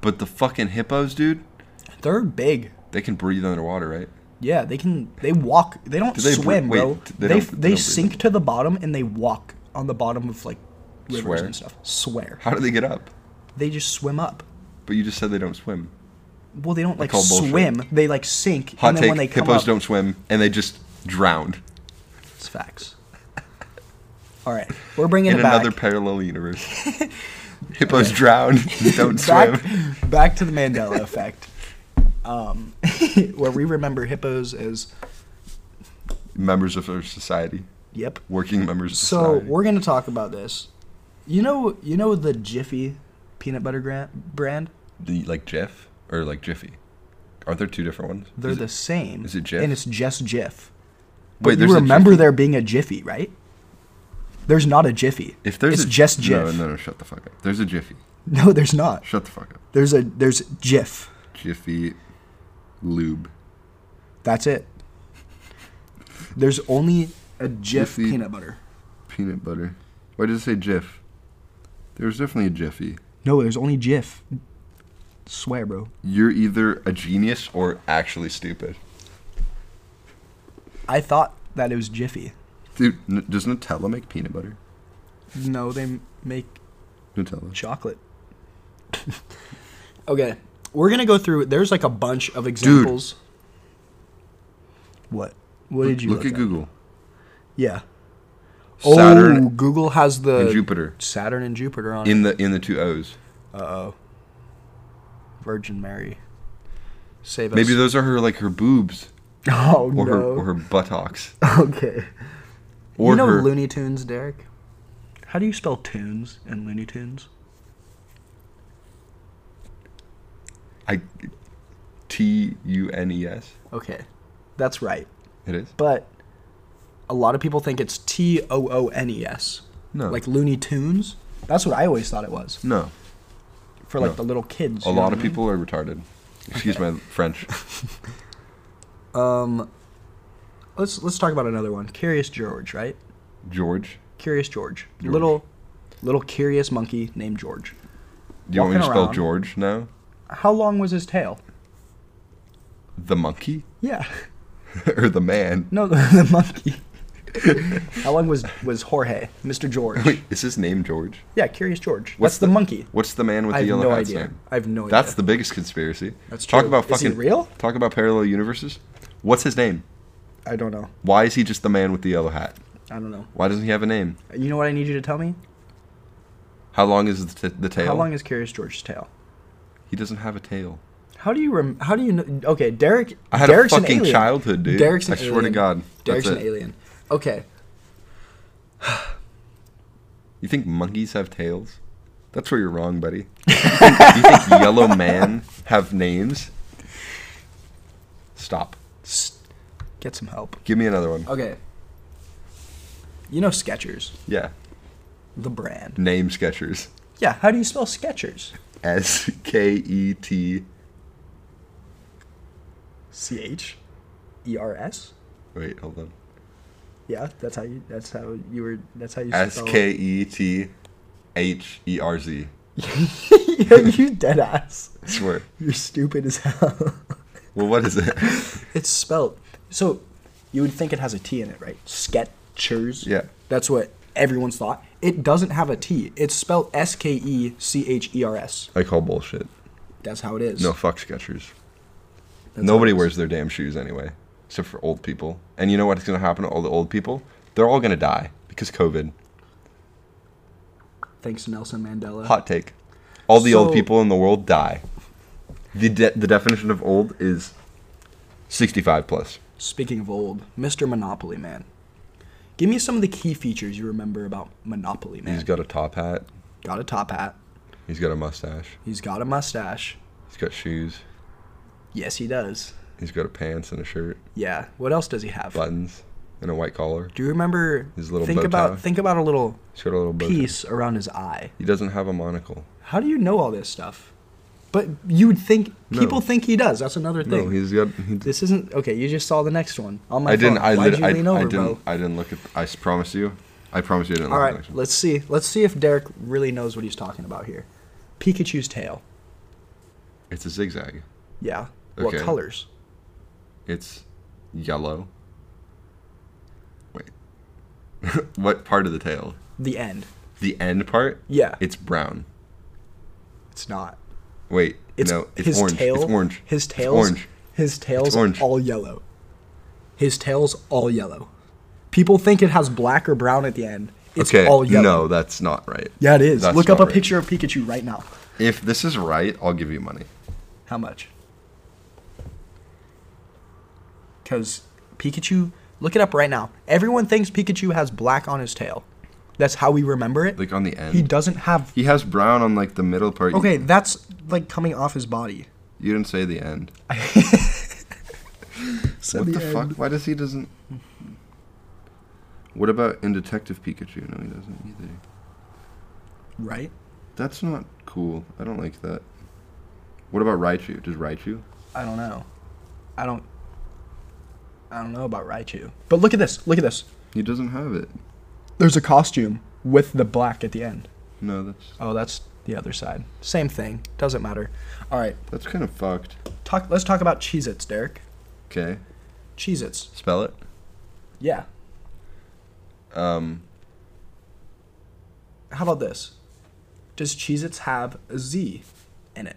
A: But the fucking hippos, dude,
B: They're big.
A: they can breathe underwater, right?
B: Yeah, they can. They walk. They don't
A: Do they
B: swim,
A: bre- wait,
B: bro.
A: d-
B: they
A: they
B: they,
A: don't- they don't breathe.
B: sink to the bottom and they walk on the bottom of like rivers
A: Swear.
B: and stuff. Swear.
A: How do they get up?
B: They just swim up.
A: But you just said they don't swim.
B: Well, they don't like
A: call bullshit.
B: swim. They like sink,
A: Hot
B: and then
A: take:
B: when they come
A: hippos
B: up,
A: don't swim, and they just drowned
B: it's facts. (laughs) All right, we're bringing
A: in
B: it back.
A: another parallel
B: (laughs)
A: universe. hippos drown, (laughs) don't swim.
B: back, (laughs) back to the Mandela effect, um, (laughs) where we remember hippos as
A: Members of our society,
B: yep.
A: working members. Of
B: So
A: society.
B: we're gonna talk about this. You know, you know the Jiffy peanut butter grant brand.
A: the, like Jiff or like Jiffy. Are there two different ones?
B: They're
A: Is
B: the
A: it-
B: same.
A: is it Jif?
B: And it's just Jif.
A: Wait,
B: But
A: there's
B: you
A: a
B: remember
A: Jiffy?
B: there being a Jiffy, right? There's not a Jiffy.
A: If there's
B: it's
A: a,
B: just Jif.
A: No, no, no, shut the fuck up. There's a Jiffy.
B: (laughs) No, there's not.
A: Shut the fuck up.
B: There's a there's Jif.
A: Jiffy, lube.
B: That's it. There's only a Jif
A: Jiffy.
B: peanut butter.
A: peanut butter. Why did it say Jiff? There was definitely a Jiffy.
B: No, there's only Jif. Swear, bro.
A: You're either a genius or actually stupid.
B: I thought that it was Jiffy.
A: Dude, n- does Nutella make peanut butter?
B: No, they m- make
A: Nutella.
B: chocolate. (laughs) okay, we're gonna go through. There's like a bunch of examples. What? What did you
A: look,
B: look,
A: at
B: up?
A: Google?
B: Yeah. Oh,
A: Saturn
B: Google has the
A: and Jupiter
B: Saturn and Jupiter on.
A: in the in the two O's.
B: Uh oh. Virgin Mary. Save us.
A: Maybe those are her like her boobs
B: (laughs) Oh
A: or her
B: no.
A: or her
B: (laughs)
A: buttocks
B: okay.
A: or
B: you know
A: her
B: Looney Tunes, Derek? How do you spell tunes and Looney Tunes?
A: I T U N E S.
B: Okay. That's right.
A: It is
B: But a lot of people think it's T O O N E S.
A: no
B: Like Looney Tunes? That's what I always thought it was.
A: no.
B: For like
A: No.
B: the little kids.
A: A
B: you know
A: lot
B: what
A: of
B: I mean?
A: people are retarded. Excuse my French.
B: Um let's let's talk about another one. Curious George, right?
A: George,
B: Curious George.
A: George.
B: Little little curious monkey named George.
A: do you want me to
B: Walking
A: spell
B: around.
A: George now?
B: How long was his tail?
A: The monkey (laughs)
B: Yeah. (laughs)
A: or the man? (laughs)
B: No, (laughs) the monkey. How long was was Jorge, Mr. George?
A: Wait, is his name George?
B: Yeah, Curious George.
A: What's
B: That's the,
A: the-
B: monkey.
A: What's the man with
B: I
A: the
B: have
A: yellow
B: no
A: hat's
B: idea.
A: name?
B: I have no idea.
A: That's the biggest conspiracy.
B: That's
A: talk
B: true.
A: about
B: Is he
A: fucking
B: real?
A: Talk about parallel universes. What's his name?
B: I don't know.
A: Why is he just the man with the yellow hat?
B: I don't know.
A: Why doesn't he have a name?
B: You know what I need you to tell me?
A: How long is the, t- the tail?
B: How long is Curious George's tail?
A: he doesn't have a tail.
B: How do you rem- how do you know Okay, Derek
A: I had
B: Derek's
A: a
B: an
A: fucking
B: alien.
A: childhood, dude.
B: Derek's an
A: I swear to
B: alien.
A: God.
B: Derek's
A: that's
B: an
A: it.
B: alien. Okay.
A: You think monkeys have tails? That's where you're wrong,
B: (laughs)
A: buddy. you, think, you think yellow man have names? Stop.
B: S- Get some help.
A: Give me another one.
B: Okay. You know Skechers,
A: Yeah.
B: the brand.
A: Name sketchers.
B: Yeah, how do you spell Skechers?
A: S K E T.
B: C H E R S?
A: Wait, hold on.
B: Yeah, that's how you. That's how you were. That's how you.
A: S
B: spell-
A: K E T H E R Z.
B: (laughs) Yeah, you dead ass.
A: Swear.
B: You're stupid as hell. (laughs)
A: Well, what is it?
B: it's spelled so. You would think it has a T in it, right? Sketchers.
A: Yeah.
B: That's what everyone's thought. It doesn't have a T. It's spelled S K E C H E R S.
A: I call bullshit.
B: That's how it is.
A: No, fuck sketchers.
B: That's
A: Nobody
B: how it is.
A: wears their damn shoes anyway, except for old people. And you know what's going to happen to all the old people? They're all going to die because COVID.
B: Thanks, Nelson Mandela.
A: Hot take. All the old
B: Uh, So-
A: people in the world die. The, de- the definition of old is 65 plus.
B: Speaking of old, Mr. Monopoly Man. Give me some of the key features you remember about Monopoly Man.
A: He's got a top hat.
B: got a top hat.
A: He's got a mustache.
B: He's got a mustache.
A: He's got shoes.
B: Yes, he does.
A: He's got a pants and a shirt,
B: Yeah. What else does he have?
A: buttons, and a white collar.
B: Do you remember?
A: His little
B: think
A: bow
B: about
A: tie.
B: think about a little
A: He's got a little bow. tie.
B: piece around his eye.
A: He doesn't have a monocle.
B: How do you know all this stuff? But you would think
A: No.
B: people think he does. That's another thing.
A: No, he's got. He,
B: this isn't okay. You just saw the next one on my
A: I didn't.
B: phone.
A: I,
B: Why'd
A: lit-
B: you
A: I,
B: lean over,
A: I
B: bro?
A: didn't. I didn't look at. I s- promise you. I promise you, I didn't
B: All
A: look at
B: right,
A: the next one.
B: let's see. Let's see if Derek really knows what he's talking about here. Pikachu's tail.
A: It's a zigzag.
B: Yeah. What
A: Okay.
B: colors?
A: It's yellow. Wait. (laughs) what part of the tail?
B: The end.
A: The end part?
B: Yeah.
A: It's brown.
B: It's not.
A: Wait.
B: It's
A: no, it's
B: his
A: orange.
B: tail.
A: It's orange.
B: His
A: It's
B: tail's
A: orange.
B: His tail's
A: It's orange.
B: all yellow. His tail's all yellow. People think it has black or brown at the end. It's
A: okay.
B: all yellow.
A: No, that's not right.
B: Yeah, it is.
A: That's
B: Look up a
A: not right.
B: picture of Pikachu right now.
A: If this is right, I'll give you money.
B: How much? Because Pikachu, look it up right now. Everyone thinks Pikachu has black on his tail. That's how we remember it.
A: Like on the end.
B: he doesn't have.
A: He has brown on like the middle part. You-
B: Okay, that's like coming off his body.
A: You didn't say the end.
B: So
A: What the,
B: end-
A: fuck? Why does he doesn't? What about in Detective Pikachu? No, he doesn't either.
B: Right?
A: That's not cool. I don't like that. What about Raichu? Does Raichu?
B: I don't know. I don't. I don't know about Raichu. But look at this. Look at this.
A: He doesn't have it.
B: There's a costume with the black at the end.
A: No, that's
B: Oh, that's the other side. Same thing. Doesn't matter. All right.
A: that's kind of fucked.
B: Talk. Let's talk about Cheez-Its, Derek.
A: Okay,
B: Cheez-Its.
A: spell it.
B: Yeah.
A: Um,
B: How about this? Does Cheez Its have a Z in it?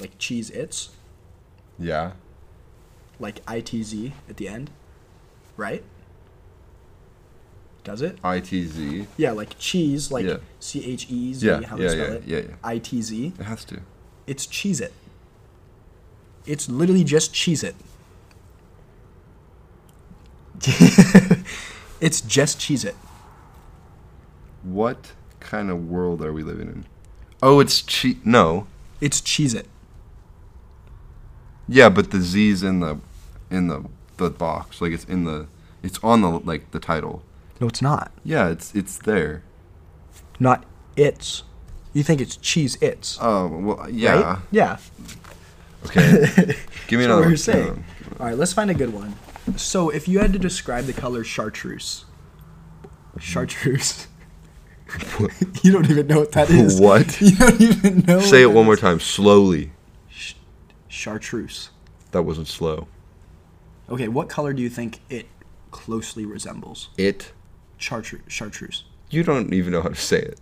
B: Like Cheese Its?
A: yeah.
B: Like ITZ at the end? Right? Does it?
A: ITZ.
B: Yeah, like cheese, like
A: Yeah.
B: C H E Z,
A: Yeah,
B: how
A: yeah,
B: they spell
A: yeah,
B: it.
A: yeah, yeah.
B: I T Z.
A: It has to.
B: It's Cheese It. It's literally just Cheese It. (laughs) it's just Cheese It.
A: What kind of world are we living in? Oh, it's che No.
B: It's Cheese It.
A: Yeah, but the Z's in the in the the box. Like it's in the it's on the like the title.
B: No, it's not.
A: Yeah, it's it's there.
B: Not it's. You think it's Cheese It's.
A: Oh well,
B: right?
A: yeah.
B: Yeah.
A: (laughs) Okay, give me
B: That's what
A: another.
B: we
A: one.
B: were saying. All right, let's find a good one. So, if you had to describe the color chartreuse, chartreuse. (laughs)
A: (laughs)
B: you don't even know what that is.
A: What?
B: (laughs) You don't even know.
A: Say it
B: what
A: one
B: that
A: more
B: is.
A: time, slowly.
B: Sh- chartreuse.
A: That wasn't slow.
B: Okay, what color do you think it closely resembles?
A: It.
B: Chartreuse. Chartreuse.
A: You don't even know how to say it.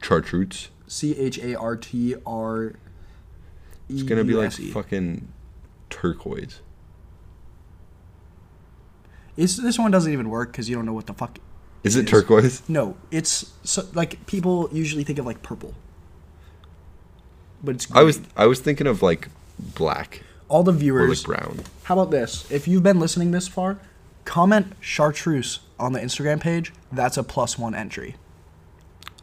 A: Chartreuse.
B: C H A R T R. E
A: It's gonna be like fucking turquoise.
B: It's, this one doesn't even work because you don't know what the fuck.
A: Is it
B: is.
A: turquoise?
B: No, it's so, like people usually think of like purple, but it's. Green.
A: I was I was thinking of like black
B: all the
A: or like
B: viewers.
A: brown.
B: How about this? If you've been listening this far, comment chartreuse on the Instagram page. That's a plus one entry.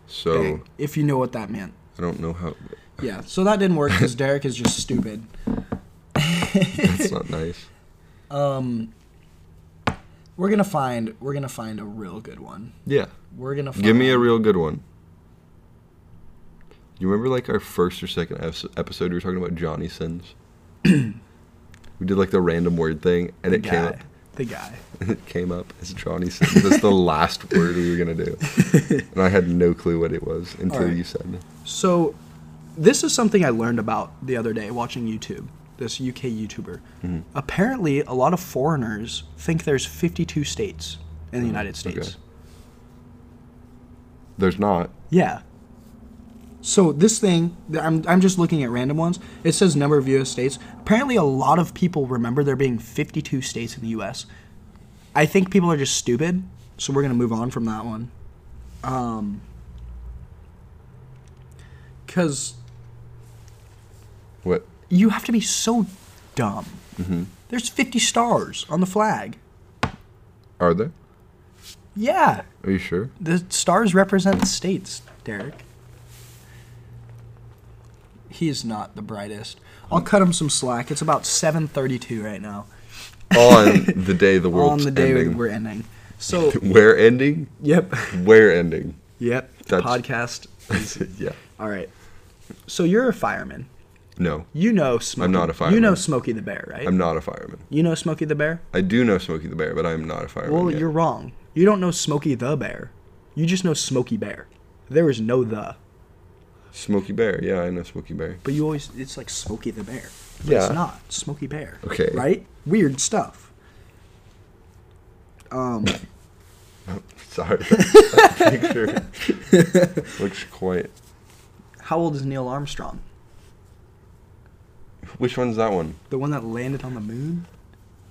A: So
B: If you know what that meant.
A: I don't know (laughs) how.
B: Yeah. So that didn't work because Derek is just stupid.
A: That's not nice.
B: We're gonna find. We're gonna find a real good one.
A: Yeah.
B: We're gonna. Find,
A: Give me a real good one. You remember like our first or second epis- episode we were talking about Johnny (clears throat) sins? we did like the random word thing and
B: the
A: it came
B: guy.
A: up
B: The guy.
A: it (laughs) came up as Johnny sins. That's
B: (laughs)
A: the last word we were gonna do. And I had no clue what it was until
B: Alright.
A: you said it.
B: So, this is something I learned about the other day watching YouTube. This UK YouTuber.
A: Mm-hmm.
B: Apparently, a lot of foreigners think there's 52 states in the United States.
A: Mm-hmm. okay. There's not.
B: Yeah. So this thing, th- I'm, I'm just looking at random ones. It says number of U.S. states. Apparently, a lot of people remember there being 52 states in the U.S. I think people are just stupid, so we're gonna move on from that one. Um, because
A: What?
B: you have to be so dumb. There's 50 stars on the flag.
A: Are there?
B: Yeah,
A: Are you
B: (laughs)
A: sure?
B: the stars represent the states, Derek. He is not the brightest. I'll cut him some slack. It's about 7:32 right now
A: On the day the
B: on
A: world's
B: the day
A: ending. (laughs)
B: we're ending. So,
A: We're ending?
B: yep,
A: We're ending. (laughs)
B: yep.
A: That's-
B: Podcast.
A: yeah.
B: All right. So you're a fireman.
A: No.
B: You know Smokey.
A: not a
B: You know
A: fireman.
B: Smokey the Bear, right?
A: I'm not a fireman.
B: you know Smokey the Bear?
A: I do know Smokey the Bear, but I'm not a fireman.
B: Well,
A: yet.
B: you're wrong. You don't know Smokey the Bear. You just know Smokey Bear. There is no the.
A: Smokey Bear. Yeah, I know Smokey Bear. (laughs)
B: But you always, it's like Smokey the Bear. But
A: Yeah.
B: It's not Smokey Bear.
A: Okay.
B: Right? Weird stuff. Um,
A: Sorry. (laughs)
B: (laughs)
A: that picture looks quite.
B: how old is Neil Armstrong?
A: Which one's that one?
B: The one that landed on the moon?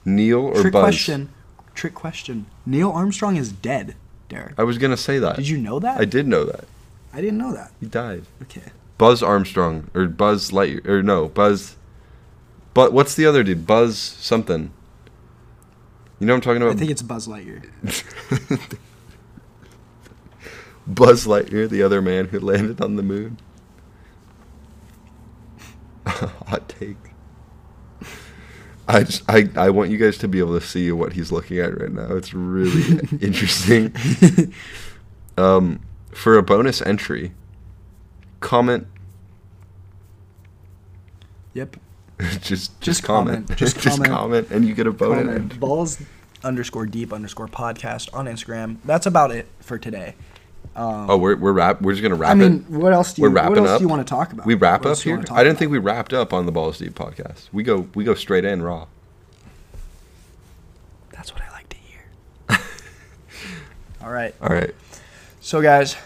A: Neil or
B: Trick
A: Buzz?
B: question. Trick question. Neil Armstrong is dead, Derek.
A: I was gonna say that.
B: Did you know that?
A: I did know that.
B: I didn't know that.
A: He died.
B: Okay.
A: Buzz Armstrong or Buzz Light or no Buzz. But what's the other dude? Buzz something. You know what I'm talking
B: I
A: about?
B: think it's Buzz Lightyear.
A: Buzz Lightyear, the other man who landed on the moon. (laughs) Hot take. I just I, I want you guys to be able to see what he's looking at right now. It's
B: (laughs)
A: really interesting. Um, for a bonus entry, comment
B: Yep.
A: (laughs) just just,
B: Just
A: comment.
B: comment, just
A: (laughs) just
B: comment.
A: comment and you get a bonus
B: Comment.
A: entry.
B: Balls underscore deep underscore podcast on Instagram. That's about it for today.
A: Oh, we're we're wrap we're just gonna wrap
B: I mean,
A: it.
B: what else do you,
A: We're wrapping
B: what else
A: up.
B: do you want to talk about?
A: We wrap up
B: What else do you
A: here.
B: wanna talk
A: I didn't
B: about?
A: think we wrapped up on the Balls Deep podcast. We go we go straight in raw. (laughs)
B: That's what I like to hear. All right.
A: All right.
B: So, guys,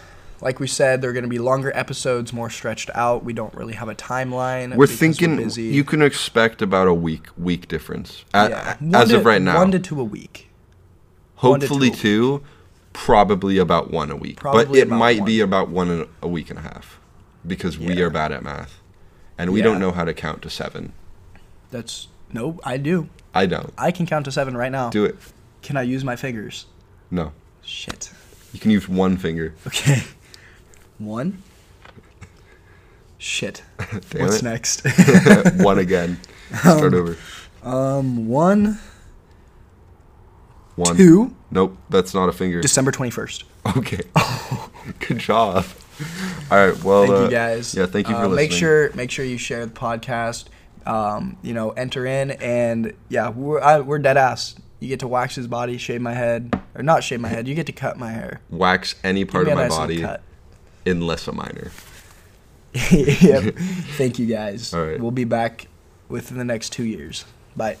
B: like we said, there are going to be longer episodes, more stretched out. We don't really have a timeline.
A: We're
B: because
A: thinking
B: busy.
A: you can expect about a week week difference at,
B: Yeah. One
A: as
B: to-
A: of right now.
B: one to two a week. one to
A: hopefully
B: two a
A: two, probably about one a week. but
B: Probably
A: it
B: about
A: might be
B: one.
A: about one and a week and a half because we
B: Yeah.
A: are bad at math and we don't
B: Yeah.
A: know how to count to seven.
B: That's no, I do.
A: I don't.
B: I can count to seven right now.
A: Do it.
B: Can I use my fingers?
A: No.
B: Shit.
A: You can use one finger.
B: Okay. (laughs) One. Shit.
A: (laughs) Damn
B: What's
A: it. (laughs)
B: next? (laughs)
A: one again. Start over.
B: um, one,
A: One.
B: two,
A: Nope, that's not a finger.
B: December 21st.
A: (laughs) okay. Good job. All right. Well,
B: Oh. Thank
A: uh,
B: you guys.
A: Yeah, thank you for
B: Uh,
A: listening.
B: Make sure, make sure you share the podcast. Um, you know, enter in and yeah, we're I, we're dead ass. You get to wax his body, shave my head, or not shave my head. You get to cut my hair.
A: wax any part
B: Give
A: of
B: me
A: my
B: a nice little
A: body
B: cut. (laughs)
A: unless a minor. (laughs)
B: yep. Thank you guys.
A: All right.
B: We'll be back within the next two years. Bye.